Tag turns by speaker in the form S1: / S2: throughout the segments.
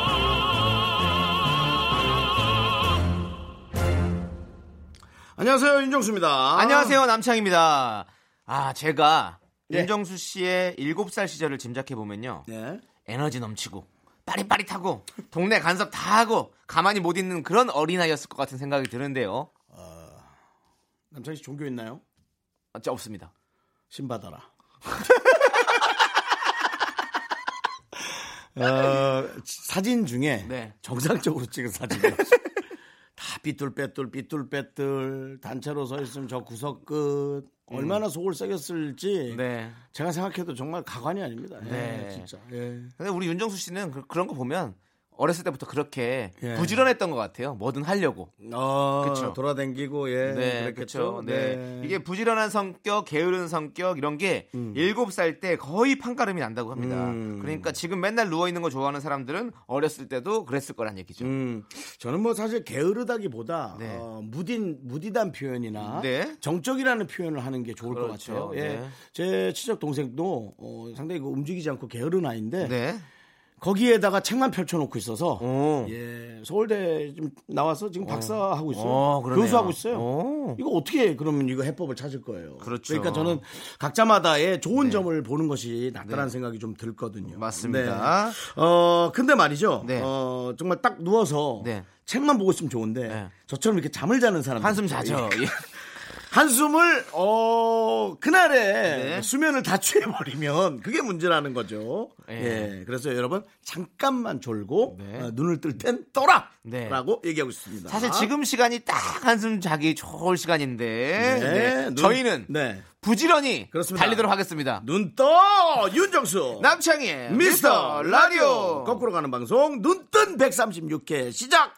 S1: 안녕하세요 윤정수입니다.
S2: 안녕하세요 남창입니다. 아 제가
S1: 예.
S2: 윤정수 씨의 7살 시절을 짐작해 보면요
S1: 네.
S2: 에너지 넘치고 빠릿빠릿하고 동네 간섭 다 하고 가만히 못 있는 그런 어린아이였을 것 같은 생각이 드는데요.
S1: 남창희 씨 종교 있나요?
S2: 어째 없습니다.
S1: 신 받아라. 어, 지- 사진 중에
S2: 네.
S1: 정상적으로 찍은 사진이 없어요. 다 삐뚤빼뚤 삐뚤빼뚤 단체로 서 있으면 저 구석 끝 얼마나 속을 썩였을지
S2: 네.
S1: 제가 생각해도 정말 가관이 아닙니다. 예,
S2: 네.
S1: 진짜. 예.
S2: 근데 우리 윤정수 씨는 그, 런거 보면 어렸을 때부터 그렇게
S1: 예.
S2: 부지런했던 것 같아요. 뭐든 하려고.
S1: 어,
S2: 그쵸.
S1: 돌아댕기고 예.
S2: 네,
S1: 그랬겠죠.
S2: 그렇죠. 네. 이게 부지런한 성격, 게으른 성격 이런 게 일곱 살 때 거의 판가름이 난다고 합니다.
S1: 음.
S2: 그러니까 지금 맨날 누워 있는 거 좋아하는 사람들은 어렸을 때도 그랬을 거란 얘기죠.
S1: 음, 저는 뭐 사실 게으르다기보다
S2: 네.
S1: 어, 무딘 무디단 표현이나
S2: 네.
S1: 정적이라는 표현을 하는 게 좋을
S2: 그렇죠.
S1: 것 같아요. 예.
S2: 네.
S1: 제 친척 동생도 어, 상당히 그 움직이지 않고 게으른 아이인데
S2: 네.
S1: 거기에다가 책만 펼쳐놓고 있어서
S2: 오.
S1: 예, 서울대 좀 나와서 지금 박사하고 있어요.
S2: 어, 그러네요.
S1: 교수하고 있어요.
S2: 오.
S1: 이거 어떻게 그러면 이거 해법을 찾을 거예요.
S2: 그렇죠. 네.
S1: 러니까 저는 각자마다의 좋은 점을 보는 것이 낫다라는 생각이 좀 들거든요.
S2: 맞습니다.
S1: 네. 어 근데 말이죠.
S2: 네.
S1: 어 정말 딱 누워서
S2: 네.
S1: 책만 보고 있으면 좋은데
S2: 네.
S1: 저처럼 이렇게 잠을 자는 사람
S2: 한숨 자죠. 예.
S1: 한숨을 어 그날에
S2: 네.
S1: 수면을 다 취해버리면 그게 문제라는 거죠.
S2: 예.
S1: 예. 그래서 여러분 잠깐만 졸고
S2: 네.
S1: 어, 눈을 뜰 땐 떠라라고
S2: 네.
S1: 얘기하고 있습니다.
S2: 사실 지금 시간이 딱 한숨 자기 좋을 시간인데 네.
S1: 눈-
S2: 저희는
S1: 네.
S2: 부지런히
S1: 그렇습니다.
S2: 달리도록 하겠습니다.
S1: 눈떠 윤정수
S2: 남창희의
S1: 미스터 라디오 거꾸로 가는 방송 눈뜬 136회 시작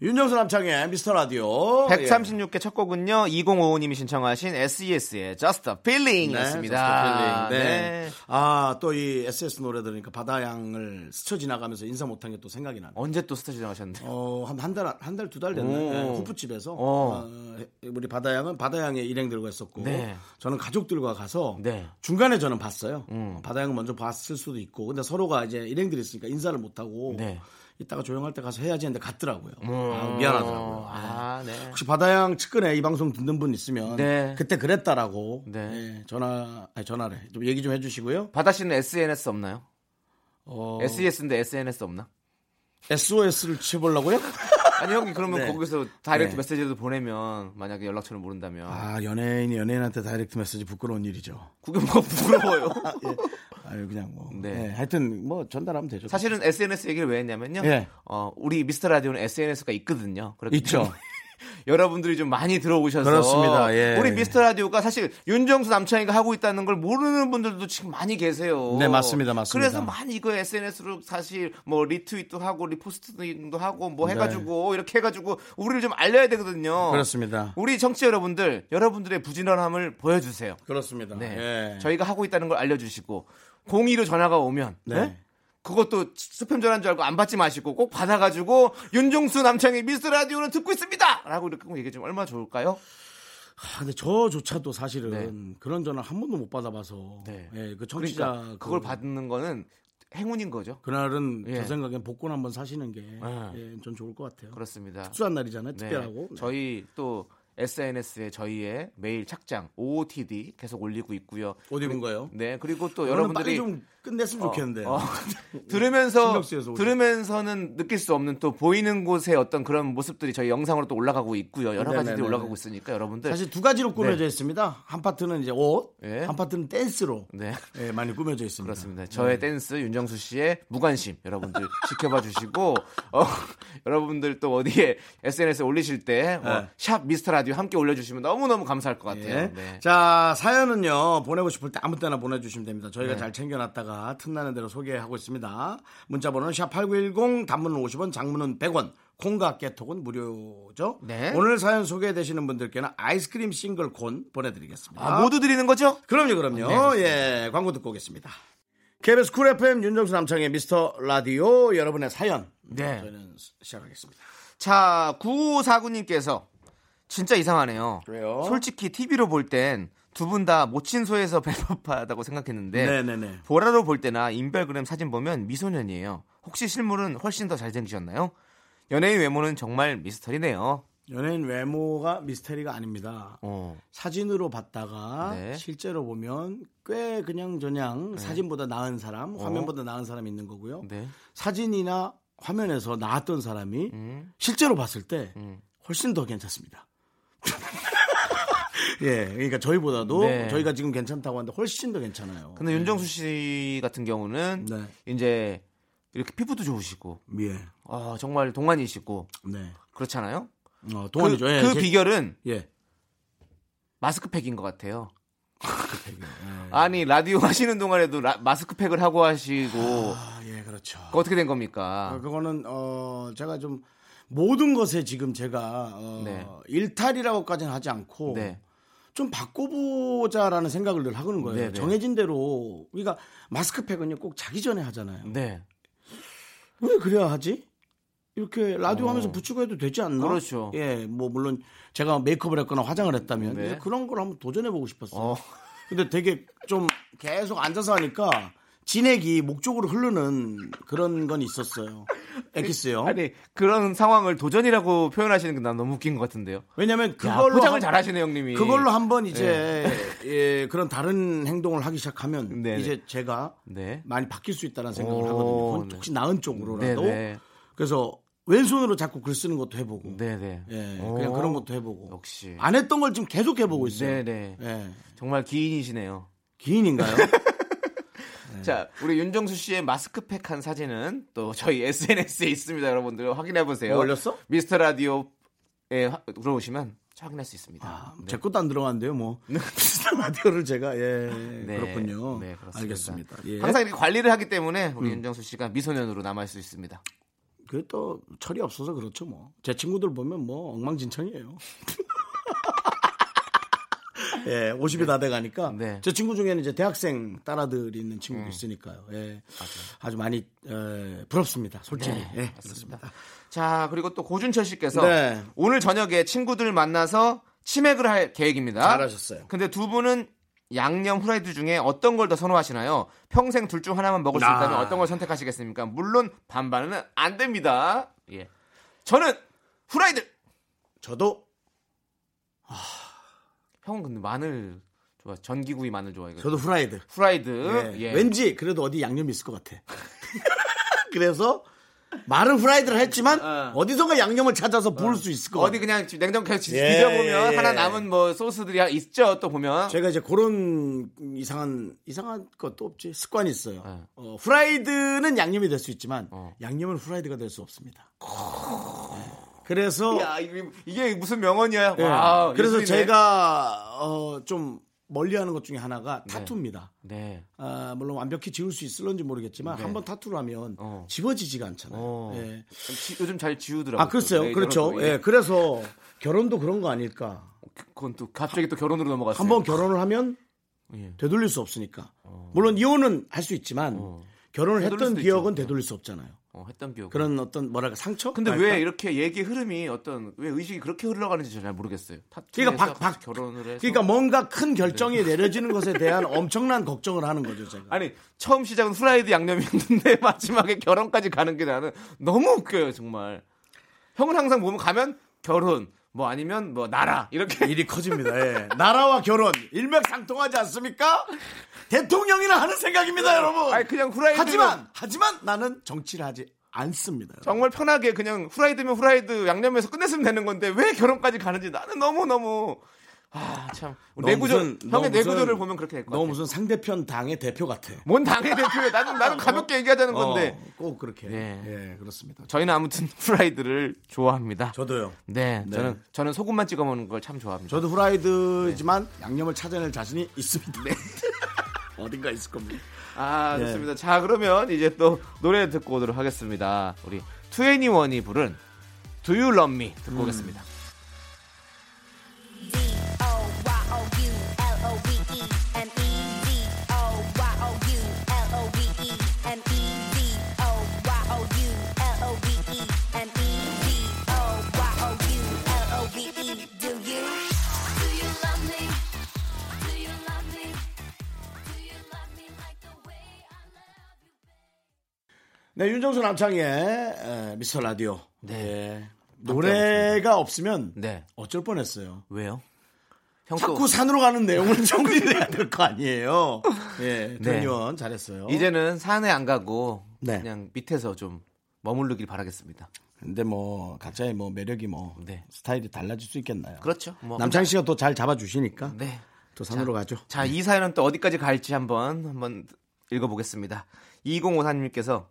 S1: 윤정수 남창의 미스터 라디오
S2: 136개 첫 곡은요 2055님이 신청하신 SES의 Just a
S1: 네,
S2: Feeling이었습니다. 네.
S1: 아또 이 SS 노래 들으니까 바다양을 스쳐 지나가면서 인사 못한 게 또 생각이 나네.
S2: 언제 또 스타 지나가셨는데? 요
S1: 어, 한 한 달, 한 달, 두 달
S2: 오.
S1: 됐네. 예, 호프집에서.
S2: 어.
S1: 어, 우리 바다양은 바다양의 일행 들과 했었고.
S2: 네.
S1: 저는 가족들과 가서.
S2: 네. 음.
S1: 중간에 저는 봤어요. 바다양은 먼저 봤을 수도 있고. 근데 서로가 이제 일행들이 있으니까 인사를 못하고.
S2: 네. 음.
S1: 이따가 조용할 때 가서 해야지 했는데 갔더라고요. 아, 미안하더라고요.
S2: 아, 네.
S1: 혹시 바다양 측근에 이 방송 듣는 분 있으면
S2: 네.
S1: 그때 그랬다라고
S2: 네.
S1: 예, 전화 아니 전화래 좀 얘기 좀 해주시고요.
S2: 바다 씨는 SNS 없나요? E
S1: 어,
S2: SES인데 SNS 없나?
S1: SOS를 치보려고요?
S2: 아니 형이 그러면
S1: 네.
S2: 거기서 다이렉트
S1: 네.
S2: 메시지라도 보내면 만약에 연락처를 모른다면
S1: 아 연예인이 연예인한테 다이렉트 메시지 부끄러운 일이죠.
S2: 그게 뭐가 부끄러워요.
S1: 예. 아유 그냥 뭐.
S2: 네.
S1: 예, 하여튼 뭐 전달하면 되죠.
S2: 사실은 SNS 얘기를 왜 했냐면요.
S1: 예.
S2: 어, 우리 미스터 라디오는 SNS가 있거든요. 그렇기
S1: 있죠.
S2: 때문에 여러분들이 좀 많이 들어오셔서
S1: 그렇습니다. 예.
S2: 우리 미스터 라디오가 사실 윤정수 남창희가 하고 있다는 걸 모르는 분들도 지금 많이 계세요.
S1: 네, 맞습니다. 맞습니다.
S2: 그래서 많이 이거 SNS로 사실 뭐 리트윗도 하고 리포스트도 하고 뭐 해가지고 이렇게 해가지고 우리를 좀 알려야 되거든요.
S1: 네. 그렇습니다.
S2: 우리 정치 여러분들 여러분들의 부지런함을 보여주세요.
S1: 그렇습니다.
S2: 네.
S1: 예.
S2: 저희가 하고 있다는 걸 알려주시고 공의로 전화가 오면
S1: 네.
S2: 네? 그것도 스팸 전화인 줄 알고 안 받지 마시고 꼭 받아가지고 윤종수 남창의 미스 라디오는 듣고 있습니다라고 이렇게 꼭 얘기 좀 얼마 나 좋을까요?
S1: 아, 근데 저조차도 사실은 그런 전화 한 번도 못 받아봐서
S2: 네.
S1: 예, 그 청취자
S2: 그러니까 그걸 받는 거는 행운인 거죠.
S1: 날은
S2: 예.
S1: 제 생각엔 복권 한번 사시는 게 전
S2: 예.
S1: 좋을 것 같아요.
S2: 그렇습니다.
S1: 특수한 날이잖아요.
S2: 네.
S1: 특별하고. 네.
S2: 저희 또 SNS에 저희의 메일 착장 OOTD 계속 올리고 있고요.
S1: 옷 입은 거요?
S2: 네 그리고 또
S1: 오늘 어, 빨리
S2: 여러분들이
S1: 좀 끝냈으면 좋겠는데.
S2: 어, 들으면서
S1: 신경 쓰여서 오죠.
S2: 들으면서는 느낄 수 없는 또 보이는 곳의 어떤 그런 모습들이 저희 영상으로 또 올라가고 있고요. 여러 가지들이
S1: 네네네네. 네.
S2: 올라가고 있으니까 여러분들
S1: 사실 두 가지로 꾸며져 있습니다. 한 파트는 이제 옷,
S2: 예.
S1: 한 파트는 댄스로
S2: 네.
S1: 예, 많이 꾸며져 있습니다.
S2: 그렇습니다.
S1: 네.
S2: 저의 댄스 윤정수 씨의 무관심 여러분들 지켜봐 주시고 어, 여러분들 또 어디에 SNS에 올리실 때샵
S1: 네.
S2: 미스터 라디오 함께 올려주시면 너무 너무 감사할 것 같아요.
S1: 예.
S2: 네.
S1: 자 사연은요 보내고 싶을 때 아무 때나 보내주시면 됩니다 저희가 잘 챙겨놨다가 틈나는 대로 소개하고 있습니다 문자번호는 샵8910 단문은 50원 장문은 100원 콩과 깨톡은 무료죠
S2: 네.
S1: 오늘 사연 소개되시는 분들께는 아이스크림 싱글 콘 보내드리겠습니다
S2: 아, 모두 드리는 거죠?
S1: 그럼요
S2: 네,
S1: 그럼요 예 광고 듣고 오겠습니다 KBS 쿨 FM 윤정수 남창의 미스터 라디오 여러분의 사연
S2: 네.
S1: 저희는 시작하겠습니다
S2: 자, 9549님께서 진짜 이상하네요.
S1: 왜요?
S2: 솔직히 TV로 볼 땐 두 분 다 모친소에서 벨법하다고 생각했는데
S1: 네네네.
S2: 보라로 볼 때나 인별그램 사진 보면 미소년이에요. 혹시 실물은 훨씬 더 잘생기셨나요? 연예인 외모는 정말 미스터리네요.
S1: 연예인 외모가 미스테리가 아닙니다
S2: 어.
S1: 사진으로 봤다가
S2: 네.
S1: 실제로 보면 꽤 그냥 저냥 사진보다 나은 사람, 화면보다 나은 사람이 있는 거고요.
S2: 어. 네.
S1: 사진이나 화면에서 나왔던 사람이
S2: 음.
S1: 실제로 봤을 때
S2: 음.
S1: 훨씬 더 괜찮습니다. 예, 그러니까 저희보다도
S2: 네.
S1: 저희가 지금 괜찮다고 하는데 훨씬 더 괜찮아요.
S2: 근데 윤정수 씨 같은 경우는
S1: 어, 네.
S2: 이제 이렇게 피부도 좋으시고
S1: 예,
S2: 아, 정말 동안이시고
S1: 네,
S2: 그렇잖아요.
S1: 어, 동안이죠.
S2: 그,
S1: 예,
S2: 그
S1: 제-
S2: 비결은
S1: 예,
S2: 마스크팩인 것 같아요. 네. 아니 라디오 하시는 동안에도 라- 마스크팩을 하고 하시고
S1: 아, 예, 그렇죠.
S2: 그거 어떻게 된
S1: 아,
S2: 겁니까?
S1: 그거는 어 제가 좀 모든 것에 지금 제가 어,
S2: 네.
S1: 일탈이라고까지는 하지 않고
S2: 네.
S1: 좀 바꿔보자라는 생각을 늘 하는 거예요.
S2: 네, 네.
S1: 정해진 대로 우리가 마스크팩은요 꼭 자기 전에 하잖아요.
S2: 네.
S1: 왜 그래야 하지? 이렇게 라디오
S2: 어.
S1: 하면서 붙이고 해도 되지 않나?
S2: 그렇죠.
S1: 예, 뭐 물론 제가 메이크업을 했거나 화장을 했다면
S2: 네.
S1: 예, 그런 걸 한번 도전해 보고 싶었어요.
S2: 어.
S1: 근데 되게 좀 계속 앉아서 하니까 진액이 목 쪽으로 흐르는 그런 건 있었어요. 엑기스요.
S2: 아니 그런 상황을 도전이라고 표현하시는 게 난 너무 웃긴 것 같은데요.
S1: 왜냐면
S2: 야,
S1: 그걸로
S2: 포장을
S1: 한-
S2: 잘하시네 형님이.
S1: 그걸로 한번 이제 예, 그런 다른 행동을 하기 시작하면
S2: 네네.
S1: 이제 제가
S2: 네.
S1: 많이 바뀔 수 있다는 생각을
S2: 오,
S1: 하거든요. 그건
S2: 네.
S1: 혹시 나은 쪽으로라도
S2: 네네.
S1: 그래서 왼손으로 자꾸 글 쓰는 것도 해보고
S2: 네네.
S1: 예,
S2: 오.
S1: 그냥 그런 것도 해보고
S2: 역시.
S1: 안 했던 걸 지금 계속 해보고 있어요.
S2: 네네.
S1: 예.
S2: 정말 기인이시네요.
S1: 기인인가요? 네.
S2: 자, 우리 윤정수 씨의 마스크팩 한 사진은 또 저희 SNS에 있습니다, 여러분들 확인해 보세요.
S1: 어, 올렸어?
S2: 미스터 라디오에 화- 들어오시면 확인할 수 있습니다. 네.
S1: 아, 제 것도 안 들어갔는데요, 뭐. 비슷한 라디오를 제가, 예. 그렇군요.
S2: 네, 그렇습니다.
S1: 알겠습니다. 예. 음.
S2: 항상 이렇게 관리를 하기 때문에 우리 윤정수 씨가 미소년으로 남아 있을 수 있습니다.
S1: 그게 또 철이 없어서 그렇죠 뭐. 제 친구들 보면 뭐 엉망진창이에요. 예, 50이 다 돼가니까
S2: 네.
S1: 제 친구 중에는 이제 대학생 딸아들이 있는 친구도 있으니까요. 예, 아주 많이 에, 부럽습니다. 솔직히.
S2: 네,
S1: 예, 그렇습니다.
S2: 자, 그리고 또 고준철 씨께서
S1: 네.
S2: 오늘 저녁에 친구들 만나서 치맥을 할 계획입니다.
S1: 잘하셨어요.
S2: 근데 두 분은 양념 후라이드 중에 어떤 걸 더 선호하시나요? 평생 둘 중 하나만 먹을 수
S1: 아.
S2: 있다면 어떤 걸 선택하시겠습니까? 물론 반반은 안 됩니다. 예. 저는 후라이드.
S1: 저도
S2: 형은 근데 마늘 좋아. 전기구이 마늘 좋아해.
S1: 저도 후라이드.
S2: 후라이드.
S1: 예.
S2: 예.
S1: 왠지 그래도 어디 양념이 있을 것 같아. 그래서 말은 후라이드를 했지만
S2: 어.
S1: 어디선가 양념을 찾아서 부을 수 있을 것
S2: 어디
S1: 같아.
S2: 그냥 냉장고에 서
S1: 예,
S2: 뒤져보면
S1: 예.
S2: 하나 남은 뭐 소스들이 있죠 또 보면
S1: 제가 이제 그런 이상한 이상한 것도 없지 습관이 있어요.
S2: 네.
S1: 어, 후라이드는 양념이 될 수 있지만
S2: 어.
S1: 양념은 후라이드가 될 수 없습니다. 네. 그래서
S2: 야 이게, 이게 무슨 명언이야
S1: 예.
S2: 와,
S1: 그래서
S2: 예술이네.
S1: 제가 어, 좀 멀리하는 것 중에 하나가 타투입니다.
S2: 네
S1: 아, 물론 완벽히 지울 수 있을런지 모르겠지만
S2: 네.
S1: 한번 타투를 하면
S2: 어.
S1: 지워지지가 않잖아요.
S2: 어.
S1: 예.
S2: 지- 요즘 잘 지우더라고요
S1: 아, 글쎄요.
S2: 네,
S1: 그렇죠.
S2: 여러분,
S1: 예. 그래서 결혼도 그런 거 아닐까.
S2: 그건 또 갑자기 또 결혼으로 넘어갔어요
S1: 한번 결혼을 하면
S2: 예.
S1: 되돌릴 수 없으니까. 물론 이혼은 할 수 있지만
S2: 어.
S1: 결혼을
S2: 되돌릴
S1: 했던
S2: 수도
S1: 기억은
S2: 있죠.
S1: 되돌릴 수 없잖아요.
S2: 어, 했던 기억
S1: 그런 아, 어떤 뭐랄까 상처?
S2: 근데
S1: 그럴까?
S2: 왜 이렇게 얘기 흐름이 어떤 왜 의식이 그렇게 흘러가는지 저잘 모르겠어요 타투에서
S1: 그러니까 박- 박-
S2: 결혼을 해서
S1: 그러니까 뭔가
S2: 네.
S1: 큰 결정이 내려지는 것에 대한 엄청난 걱정을 하는 거죠, 제가.
S2: 아니 처음 시작은 후라이드 양념이었는데 마지막에 결혼까지 가는 게 나는 너무 웃겨요 정말 형은 항상 보면 가면 결혼 뭐 아니면 뭐 나라 이렇게
S1: 일이 커집니다. 예. 나라와 결혼 일맥상통하지 않습니까? 대통령이나 하는 생각입니다, 여러분.
S2: 네. 아니, 그냥 후라이드면-
S1: 하지만 하지만 나는 정치를 하지 않습니다.
S2: 정말 편하게 그냥 후라이드면 후라이드 양념해서 끝냈으면 되는 건데 왜 결혼까지 가는지 나는 너무 너무 아참
S1: 너무
S2: 내구조
S1: 무슨- 너무
S2: 형의 내구조를
S1: 무슨-
S2: 보면 그렇게 될 것
S1: 너무
S2: 같아.
S1: 무슨 상대편 당의 대표 같아.
S2: 뭔 당의 대표야? 나는 나는 가볍게 얘기하자는 건데
S1: 어, 꼭 그렇게.
S2: 예.
S1: 예, 그렇습니다.
S2: 저희는 아무튼 후라이드를 좋아합니다.
S1: 저도요.
S2: 네,
S1: 네.
S2: 저는 저는 소금만 찍어 먹는 걸 참 좋아합니다.
S1: 저도 후라이드지만
S2: 네.
S1: 양념을 찾아낼 자신이 있습니다. 어딘가 있을 겁니다.
S2: 아
S1: 네.
S2: 좋습니다. 자 그러면 이제 또 노래 듣고 오도록 하겠습니다. 우리 투애니원이 부른 Do You Love Me 듣고 오겠습니다.
S3: Do you? Do you love me? Do you love me? Do you love me like the way I love you?
S1: 네, 윤정수 남창의 에, 미스터 라디오. 예.
S2: 네,
S1: 노래가 없으면
S2: 네
S1: 어쩔 뻔했어요.
S2: 왜요? 형 또-
S1: 자꾸 산으로 가는 내용을 정리해야 될 거 아니에요. 예, 대니원 잘했어요.
S2: 네. 이제는 산에 안 가고
S1: 네.
S2: 그냥 밑에서 좀 머무르길 바라겠습니다.
S1: 근데 뭐 각자의 뭐 매력이 뭐
S2: 네.
S1: 스타일이 달라질 수 있겠나요?
S2: 그렇죠. 뭐
S1: 남창 씨가 또 잘 잡아주시니까
S2: 네.
S1: 또 산으로 가죠.
S2: 자, 이 사연은 또 어디까지 갈지 한번 한번 읽어 보겠습니다. 2054님께서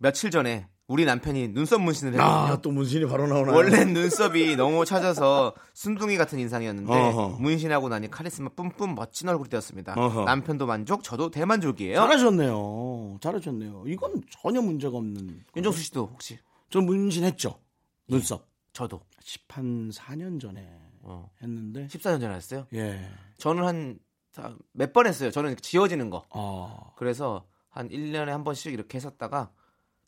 S2: 며칠 전에 우리 남편이 눈썹 문신을 했거든요.
S1: 아또 문신이 바로 나오나요?
S2: 원래 눈썹이 너무 찾아서 순둥이 같은 인상이었는데
S1: 어허.
S2: 문신하고 나니 카리스마 뿜뿜 멋진 얼굴이 되었습니다.
S1: 어허.
S2: 남편도 만족, 저도 대만족이에요.
S1: 잘하셨네요. 잘하셨네요. 이건 전혀 문제가 없는.
S2: 윤정수 씨도 혹시
S1: 저 문신했죠. 눈썹.
S2: 저도
S1: 10한 4년 전에
S2: 어.
S1: 했는데
S2: 14년 전에 했어요.
S1: 예.
S2: 저는 한 몇 번 했어요. 저는 지워지는 거.
S1: 어.
S2: 그래서 한 1년에 한 번씩 이렇게 했었다가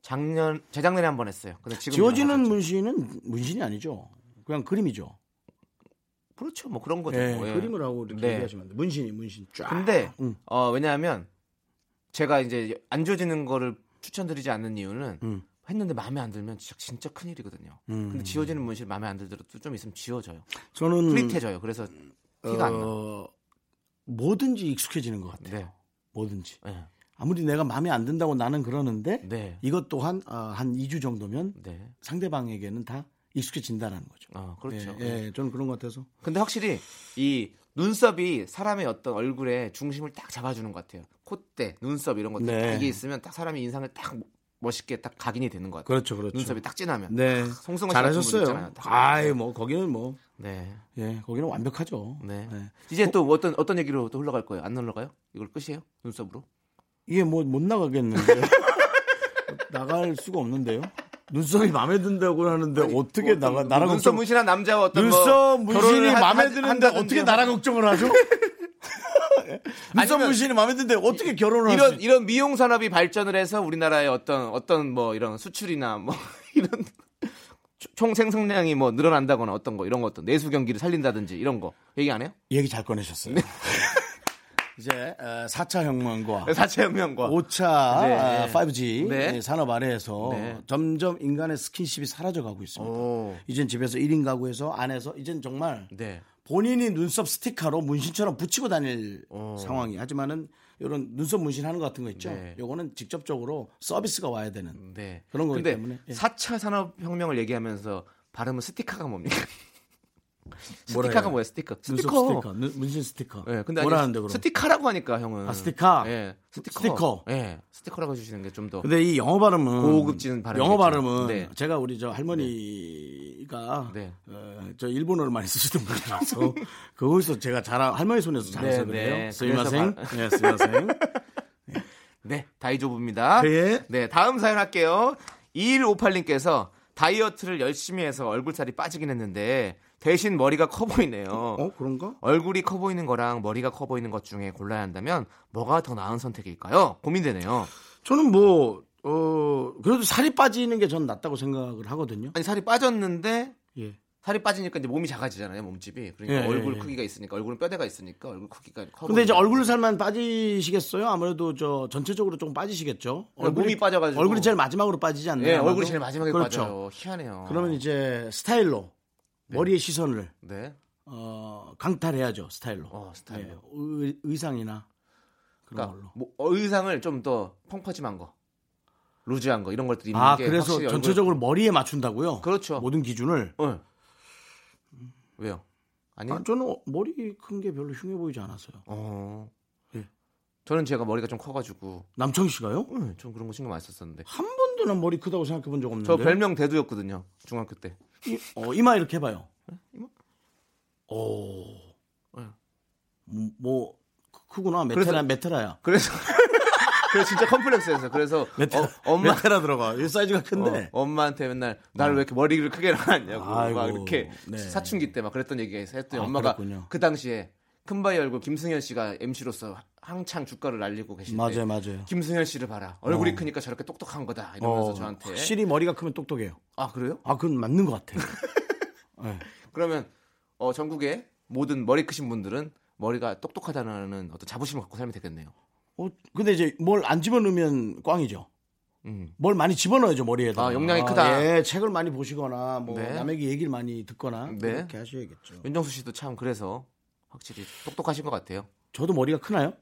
S2: 작년 재작년에 한 번 했어요. 근데 지금
S1: 지워지는 문신은 문신이 아니죠. 그냥 그림이죠.
S2: 그렇죠. 뭐 그런 거죠.
S1: 예,
S2: 뭐, 예.
S1: 그림을 하고 이렇게
S2: 네.
S1: 얘기하시면 안 돼. 문신이 문신 쫙.
S2: 근데
S1: 음.
S2: 어 왜냐하면 제가 이제 안 지워지는 거를 추천드리지 않는 이유는
S1: 음.
S2: 했는데 마음에 안 들면 진짜, 진짜 큰일이거든요.
S1: 음.
S2: 근데 지워지는 문신 마음에 안 들더라도 좀 있으면 지워져요.
S1: 저는
S2: 흐릿해져요. 그래서 티가 안 나.
S1: 어, 뭐든지 익숙해지는 것 같아요.
S2: 네.
S1: 뭐든지.
S2: 네.
S1: 아무리 내가 마음에 안 든다고 나는 그러는데
S2: 네.
S1: 이것 또한 어, 한 2주 정도면
S2: 네.
S1: 상대방에게는 다 익숙해진다라는 거죠.
S2: 어, 그렇죠.
S1: 예, 예, 저는 그런 것 같아서.
S2: 근데 확실히 이 눈썹이 사람의 어떤 얼굴의 중심을 딱 잡아주는 것 같아요. 콧대, 눈썹 이런 것들
S1: 네.
S2: 딱 이게 있으면 딱 사람의 인상을 딱 멋있게 딱 각인이 되는 것 같아요.
S1: 그렇죠, 그렇죠.
S2: 눈썹이 딱 진하면.
S1: 네.
S2: 송승헌 씨 같은 분
S1: 잘하셨어요.
S2: 있잖아요. 딱.
S1: 아이, 뭐, 거기는 뭐,
S2: 네.
S1: 예, 거기는 완벽하죠.
S2: 네.
S1: 예.
S2: 이제 또 어떤 어떤 얘기로 또 흘러갈 거예요? 안 흘러가요? 이걸 끝이에요? 눈썹으로?
S1: 이게 뭐, 못 나가겠는데. 나갈 수가 없는데요. 눈썹이 마음에 든다고 하는데 어떻게 나가, 나라
S2: 뭐, 눈썹
S1: 걱정.
S2: 문신한 남자와 어떤
S1: 눈썹
S2: 뭐
S1: 문신이
S2: 결혼을 한-
S1: 마음에
S2: 한-
S1: 드는데
S2: 한다든지
S1: 어떻게 나라 걱정을 하죠? 눈썹
S2: 아니면-
S1: 문신이 마음에 드는데 어떻게 결혼을 하죠?
S2: 이런 이런 미용 산업이 발전을 해서 우리나라의 어떤 어떤 뭐 이런 수출이나 뭐 이런 총 생산량이 뭐 늘어난다거나 어떤 거 이런 것도 내수 경기를 살린다든지 이런 거 얘기 안 해요?
S1: 얘기 잘 꺼내셨어요.
S2: 네.
S1: 이제 어, 4차 혁명과
S2: 사채 혁명과
S1: 5차
S2: 네.
S1: 아, 5G
S2: 네.
S1: 산업 아래에서
S2: 네.
S1: 점점 인간의 스킨십이 사라져가고 있습니다.
S2: 오.
S1: 이젠 집에서 1인 가구에서 안에서 이젠 정말
S2: 네.
S1: 본인이 눈썹 스티커로 문신처럼 붙이고 다닐 상황이 하지만은 이런 눈썹 문신하는 것 같은 거 있죠.
S2: 어. 네.
S1: 요거는 직접적으로 서비스가 와야 되는
S2: 네.
S1: 그런 거기
S2: 근데
S1: 때문에, 예.
S2: 4차 산업 혁명을 얘기하면서 발음은 스티커가 뭡니까?
S1: 뭐라
S2: 스티커가
S1: 해요?
S2: 뭐예요? 스티커.
S1: 눈썹
S2: 스티커.
S1: 스티커, 눈- 문신 스티커.
S2: 예, 근데
S1: 뭐라
S2: 아니,
S1: 하는데 그럼?
S2: 스티커라고 하니까 형은.
S1: 아, 스티커?
S2: 예. 스티커.
S1: 스티커.
S2: 예. 스티커라고 해 주시는 게 좀 더
S1: 근데 이 영어 발음은
S2: 고급진 발음이겠죠.
S1: 영어 발음은
S2: 네.
S1: 제가 우리 저 할머니가
S2: 네. 아, 어?
S1: 어, 저 일본어를 많이 쓰시던 분이라서 거기서 제가 잘 할머니 손에서 잘해서
S2: 네,
S1: 그래요.
S2: 네.
S1: 스미마생,
S2: 그래서
S1: 네, 스미마생.
S2: 네, 다이조부입니다.
S1: 네.
S2: 네, 다음 사연 할게요. 2158님께서 다이어트를 열심히 해서 얼굴살이 빠지긴 했는데 대신 머리가 커 보이네요.
S1: 어 그런가?
S2: 얼굴이 커 보이는 거랑 머리가 커 보이는 것 중에 골라야 한다면 뭐가 더 나은 선택일까요? 고민되네요.
S1: 저는 뭐 어, 그래도 살이 빠지는 게 전 낫다고 생각을 하거든요.
S2: 아니 살이 빠졌는데
S1: 예.
S2: 살이 빠지니까 이제 몸이 작아지잖아요, 몸집이. 그러니까
S1: 예,
S2: 얼굴
S1: 예, 예.
S2: 크기가 있으니까 얼굴은 뼈대가 있으니까 얼굴 크기가 커.
S1: 근데 이제
S2: 보이니까.
S1: 얼굴 살만 빠지시겠어요? 아무래도 저 전체적으로 조금 빠지시겠죠.
S2: 그러니까 몸이 빠져가지고.
S1: 얼굴이 제일 마지막으로 빠지지 않나요?
S2: 네,
S1: 아마도?
S2: 얼굴이 제일 마지막에 어.
S1: 그렇죠.
S2: 빠져요. 희한해요.
S1: 그러면 이제 스타일로 머리의 시선을
S2: 네.
S1: 어, 강탈해야죠 스타일로.
S2: 어, 스타일로.
S1: 예, 의, 상이나 그런 걸로.
S2: 그러니까 뭐 의상을 좀 더 펑퍼짐한 거, 루즈한 거 이런 것들 입는
S1: 아
S2: 게
S1: 그래서
S2: 확실히 얼굴-
S1: 전체적으로 머리에 맞춘다고요?
S2: 그렇죠.
S1: 모든 기준을.
S2: 어. 왜요? 아니.
S1: 아, 저는 어, 머리 큰 게 별로 흉해 보이지 않았어요.
S2: 어.
S1: 예.
S2: 저는 제가 머리가 좀 커가지고
S1: 남창 씨가요?
S2: 음, 좀 그런 거 신경 많이 썼었는데.
S1: 한 번도 난 머리 크다고 생각해 본 적 없는데.
S2: 저 별명 대두였거든요 중학교 때.
S1: 이, 어, 이마 이렇게 해봐요.
S2: 네, 이마?
S1: 오.
S2: 네.
S1: 음, 뭐 크- 크구나 메테라
S2: 그래서-
S1: 메테라야.
S2: 그래서 그래서 진짜 컴플렉스에서 그래서
S1: 메테라,
S2: 어, 엄마
S1: 메테라 들어가. 이 사이즈가 큰데.
S2: 어, 엄마한테 맨날 날 왜 이렇게 머리를 크게 나왔냐고 막
S1: 아이고,
S2: 이렇게
S1: 네.
S2: 사춘기 때 막 그랬던 얘기 했더니
S1: 아,
S2: 엄마가
S1: 그랬군요.
S2: 그 당시에 큰바위 얼굴 김승현 씨가 MC로서 한창 주가를 날리고 계실 때
S1: 맞아요, 맞아요.
S2: 김승현 씨를 봐라 얼굴이 크니까 저렇게 똑똑한 거다 이러면서 저한테
S1: 어. 확실히 머리가 크면 똑똑해요.
S2: 아 그래요?
S1: 아, 그건 맞는 것 같아요. 네.
S2: 그러면 어, 전국의 모든 머리 크신 분들은 머리가 똑똑하다는 어떤 자부심을 갖고 살면 되겠네요.
S1: 어, 근데 이제 뭘 안 집어넣으면 꽝이죠.
S2: 음.
S1: 뭘 많이 집어넣어야죠 머리에다.
S2: 아, 용량이 크다.
S1: 예, 책을 많이 보시거나 뭐
S2: 네.
S1: 남에게 얘기를 많이 듣거나
S2: 네.
S1: 그렇게 하셔야겠죠.
S2: 윤정수 씨도 참 그래서 확실히 똑똑하신 것 같아요.
S1: 저도 머리가 크나요?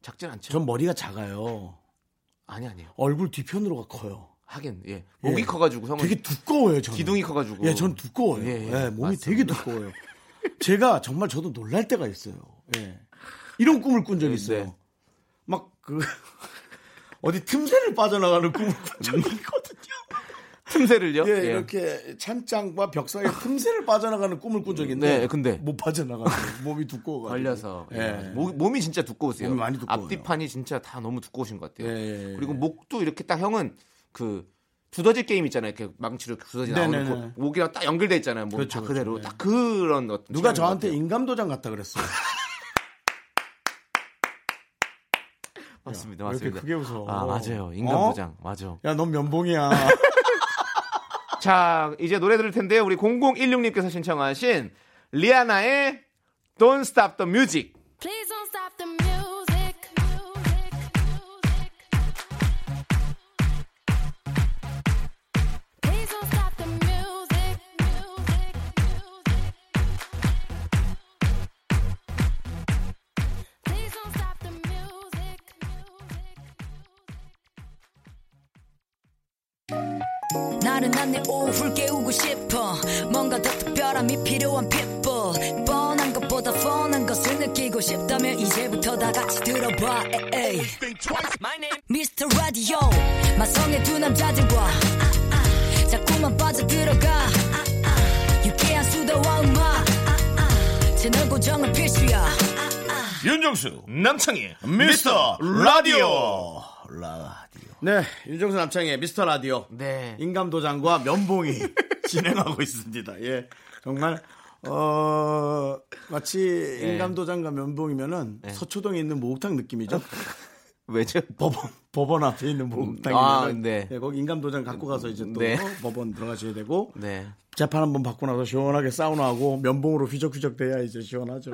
S2: 작진 않죠?
S1: 전 머리가 작아요.
S2: 아니 아니요.
S1: 얼굴 뒤편으로가 커요.
S2: 하긴 예
S1: 예.
S2: 목이 커가지고 성은
S1: 되게 두꺼워요, 저는.
S2: 기둥이 커가지고.
S1: 예, 전 두꺼워요.
S2: 예,
S1: 예,
S2: 예,
S1: 몸이
S2: 맞습니다.
S1: 되게 두꺼워요. 제가 정말 저도 놀랄 때가 있어요. 예. 이런 꿈을 꾼 적이
S2: 네,
S1: 있어요.
S2: 네.
S1: 막 그, 어디 틈새를 빠져나가는 꿈을 꾼 적이 있거든요.
S2: 틈새를요?
S1: 예, 이렇게 찬장과 벽 사이에 틈새를 빠져나가는 꿈을 꾼 적이 있는데
S2: 네, 근데.
S1: 못 빠져나가요. 몸이 두꺼워가지고.
S2: 걸려서
S1: 예.
S2: 예. 목- 몸이 진짜 두꺼우세요.
S1: 몸이 많이 두꺼워요.
S2: 앞뒤판이 진짜 다 너무 두꺼우신 것 같아요.
S1: 예, 예, 예.
S2: 그리고 목도 이렇게 딱 형은 그 두더지 게임 있잖아요. 이렇게 망치로 이렇게 두더지
S1: 네, 네,
S2: 나오는
S1: 네.
S2: 그 목이랑 딱 연결돼 있잖아요. 몸
S1: 그렇죠,
S2: 다 그대로
S1: 그렇죠.
S2: 딱 그런 어떤
S1: 누가
S2: 취향인
S1: 저한테
S2: 것 같아요.
S1: 인감도장 같다 그랬어요.
S2: 맞습니다.
S1: 왜 이렇게
S2: 맞습니다.
S1: 크게 웃어?
S2: 아 맞아요. 인감도장 맞아.
S1: 야, 넌 면봉이야.
S2: 자 이제 노래 들을 텐데요. 우리 0016님께서 신청하신 리아나의 Don't Stop the Music.
S3: Please don't stop the music. music, music. Please don't stop the music, music, music. Please don't stop the music, music.
S4: 나른한 내 오후를 깨우고 싶어 뭔가 더 특별함이 필요한 people 뻔한 것보다 뻔한 것을 느끼고 싶다면 이제부터 다 같이 들어봐 에이. Mr. Radio 마성의 두 남자들과 아, 아. 자꾸만 빠져들어가 아, 아. 유쾌한 수다와 음악 아, 아. 채널 고정은 필수야
S5: 윤정수 남창희 미스터 라디오
S1: 네, 윤정수 남창의 미스터 라디오.
S2: 네.
S1: 인감도장과 면봉이 진행하고 있습니다. 예. 정말, 어, 마치
S2: 예.
S1: 인감도장과 면봉이면은
S2: 네.
S1: 서초동에 있는 목욕탕 느낌이죠.
S2: 왜죠?
S1: 법원, 법원 앞에 있는 목욕탕이면
S2: 아, 네.
S1: 거기 인감도장 갖고 가서 이제 또
S2: 네.
S1: 법원 들어가셔야 되고
S2: 네.
S1: 재판 한번 받고 나서 시원하게 사우나하고 면봉으로 휘적휘적 돼야 이제 시원하죠.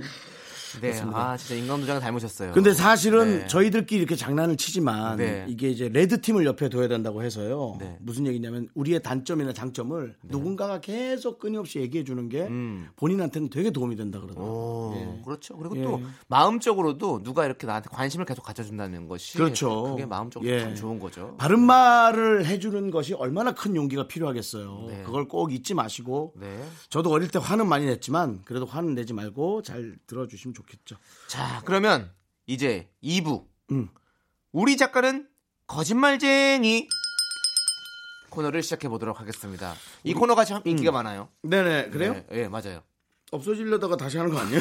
S2: 네, 아 진짜 인감도장 닮으셨어요.
S1: 근데 사실은
S2: 네.
S1: 저희들끼리 이렇게 장난을 치지만
S2: 네.
S1: 이게 이제 레드 팀을 옆에 둬야 된다고 해서요.
S2: 네.
S1: 무슨 얘기냐면 우리의 단점이나 장점을 누군가가 계속 끊임없이 얘기해 주는 게 본인한테는 되게 도움이 된다 그러더라고요.
S2: 음. 오,
S1: 음.
S2: 그렇죠. 그리고
S1: 예.
S2: 또 마음적으로 누가 이렇게 나한테 관심을 계속 가져준다는 것이
S1: 그렇죠.
S2: 그게 마음적으로
S1: 예.
S2: 참 좋은 거죠.
S1: 바른 말을 해주는 것이 얼마나 큰 용기가 필요하겠어요. 그걸 꼭 잊지 마시고
S2: 네.
S1: 저도 어릴 때 화는 많이 냈지만 그래도 화는 내지 말고 잘 들어주시면 좋겠죠.
S2: 자, 그러면 이제 2부.
S1: 음.
S2: 우리 작가는 거짓말쟁이 코너를 시작해 보도록 하겠습니다. 이 코너가 참 인기가 많아요.
S1: 네네 음. 그래요?
S2: 네, 예, 맞아요.
S1: 없어지려다가 다시 하는 거 아니에요?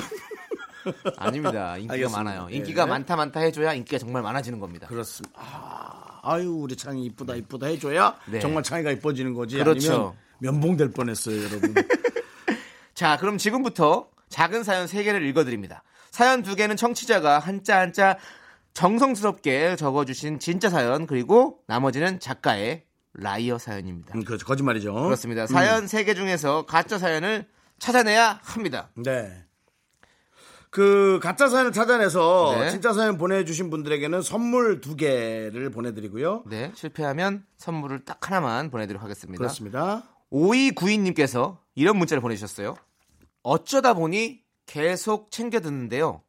S2: 아닙니다. 인기가
S1: 알겠습니다.
S2: 많아요.
S1: 예.
S2: 인기가 많다 많다 해줘야 인기가 정말 많아지는 겁니다.
S1: 그렇습니다. 아, 아유 우리 창이 이쁘다 이쁘다 해줘야
S2: 네.
S1: 정말 창이가 이뻐지는 거지.
S2: 그렇죠.
S1: 아니면 면봉 될 뻔했어요, 여러분.
S2: 자, 그럼 지금부터 작은 사연 3개를 읽어드립니다. 사연 2개는 청취자가 한자 한자 정성스럽게 적어주신 진짜 사연, 그리고 나머지는 작가의 라이어 사연입니다.
S1: 음, 그렇죠. 거짓말이죠.
S2: 그렇습니다. 사연 3개 중에서 가짜 사연을 찾아내야 합니다.
S1: 네. 그 가짜 사연을 찾아내서
S2: 네.
S1: 진짜 사연 보내주신 분들에게는 선물 두 개를 보내드리고요.
S2: 네, 실패하면 선물을 딱 하나만 보내드리도록 하겠습니다.
S1: 그렇습니다.
S2: 5292님께서 이런 문자를 보내주셨어요. 어쩌다 보니 계속 챙겨 듣는데요.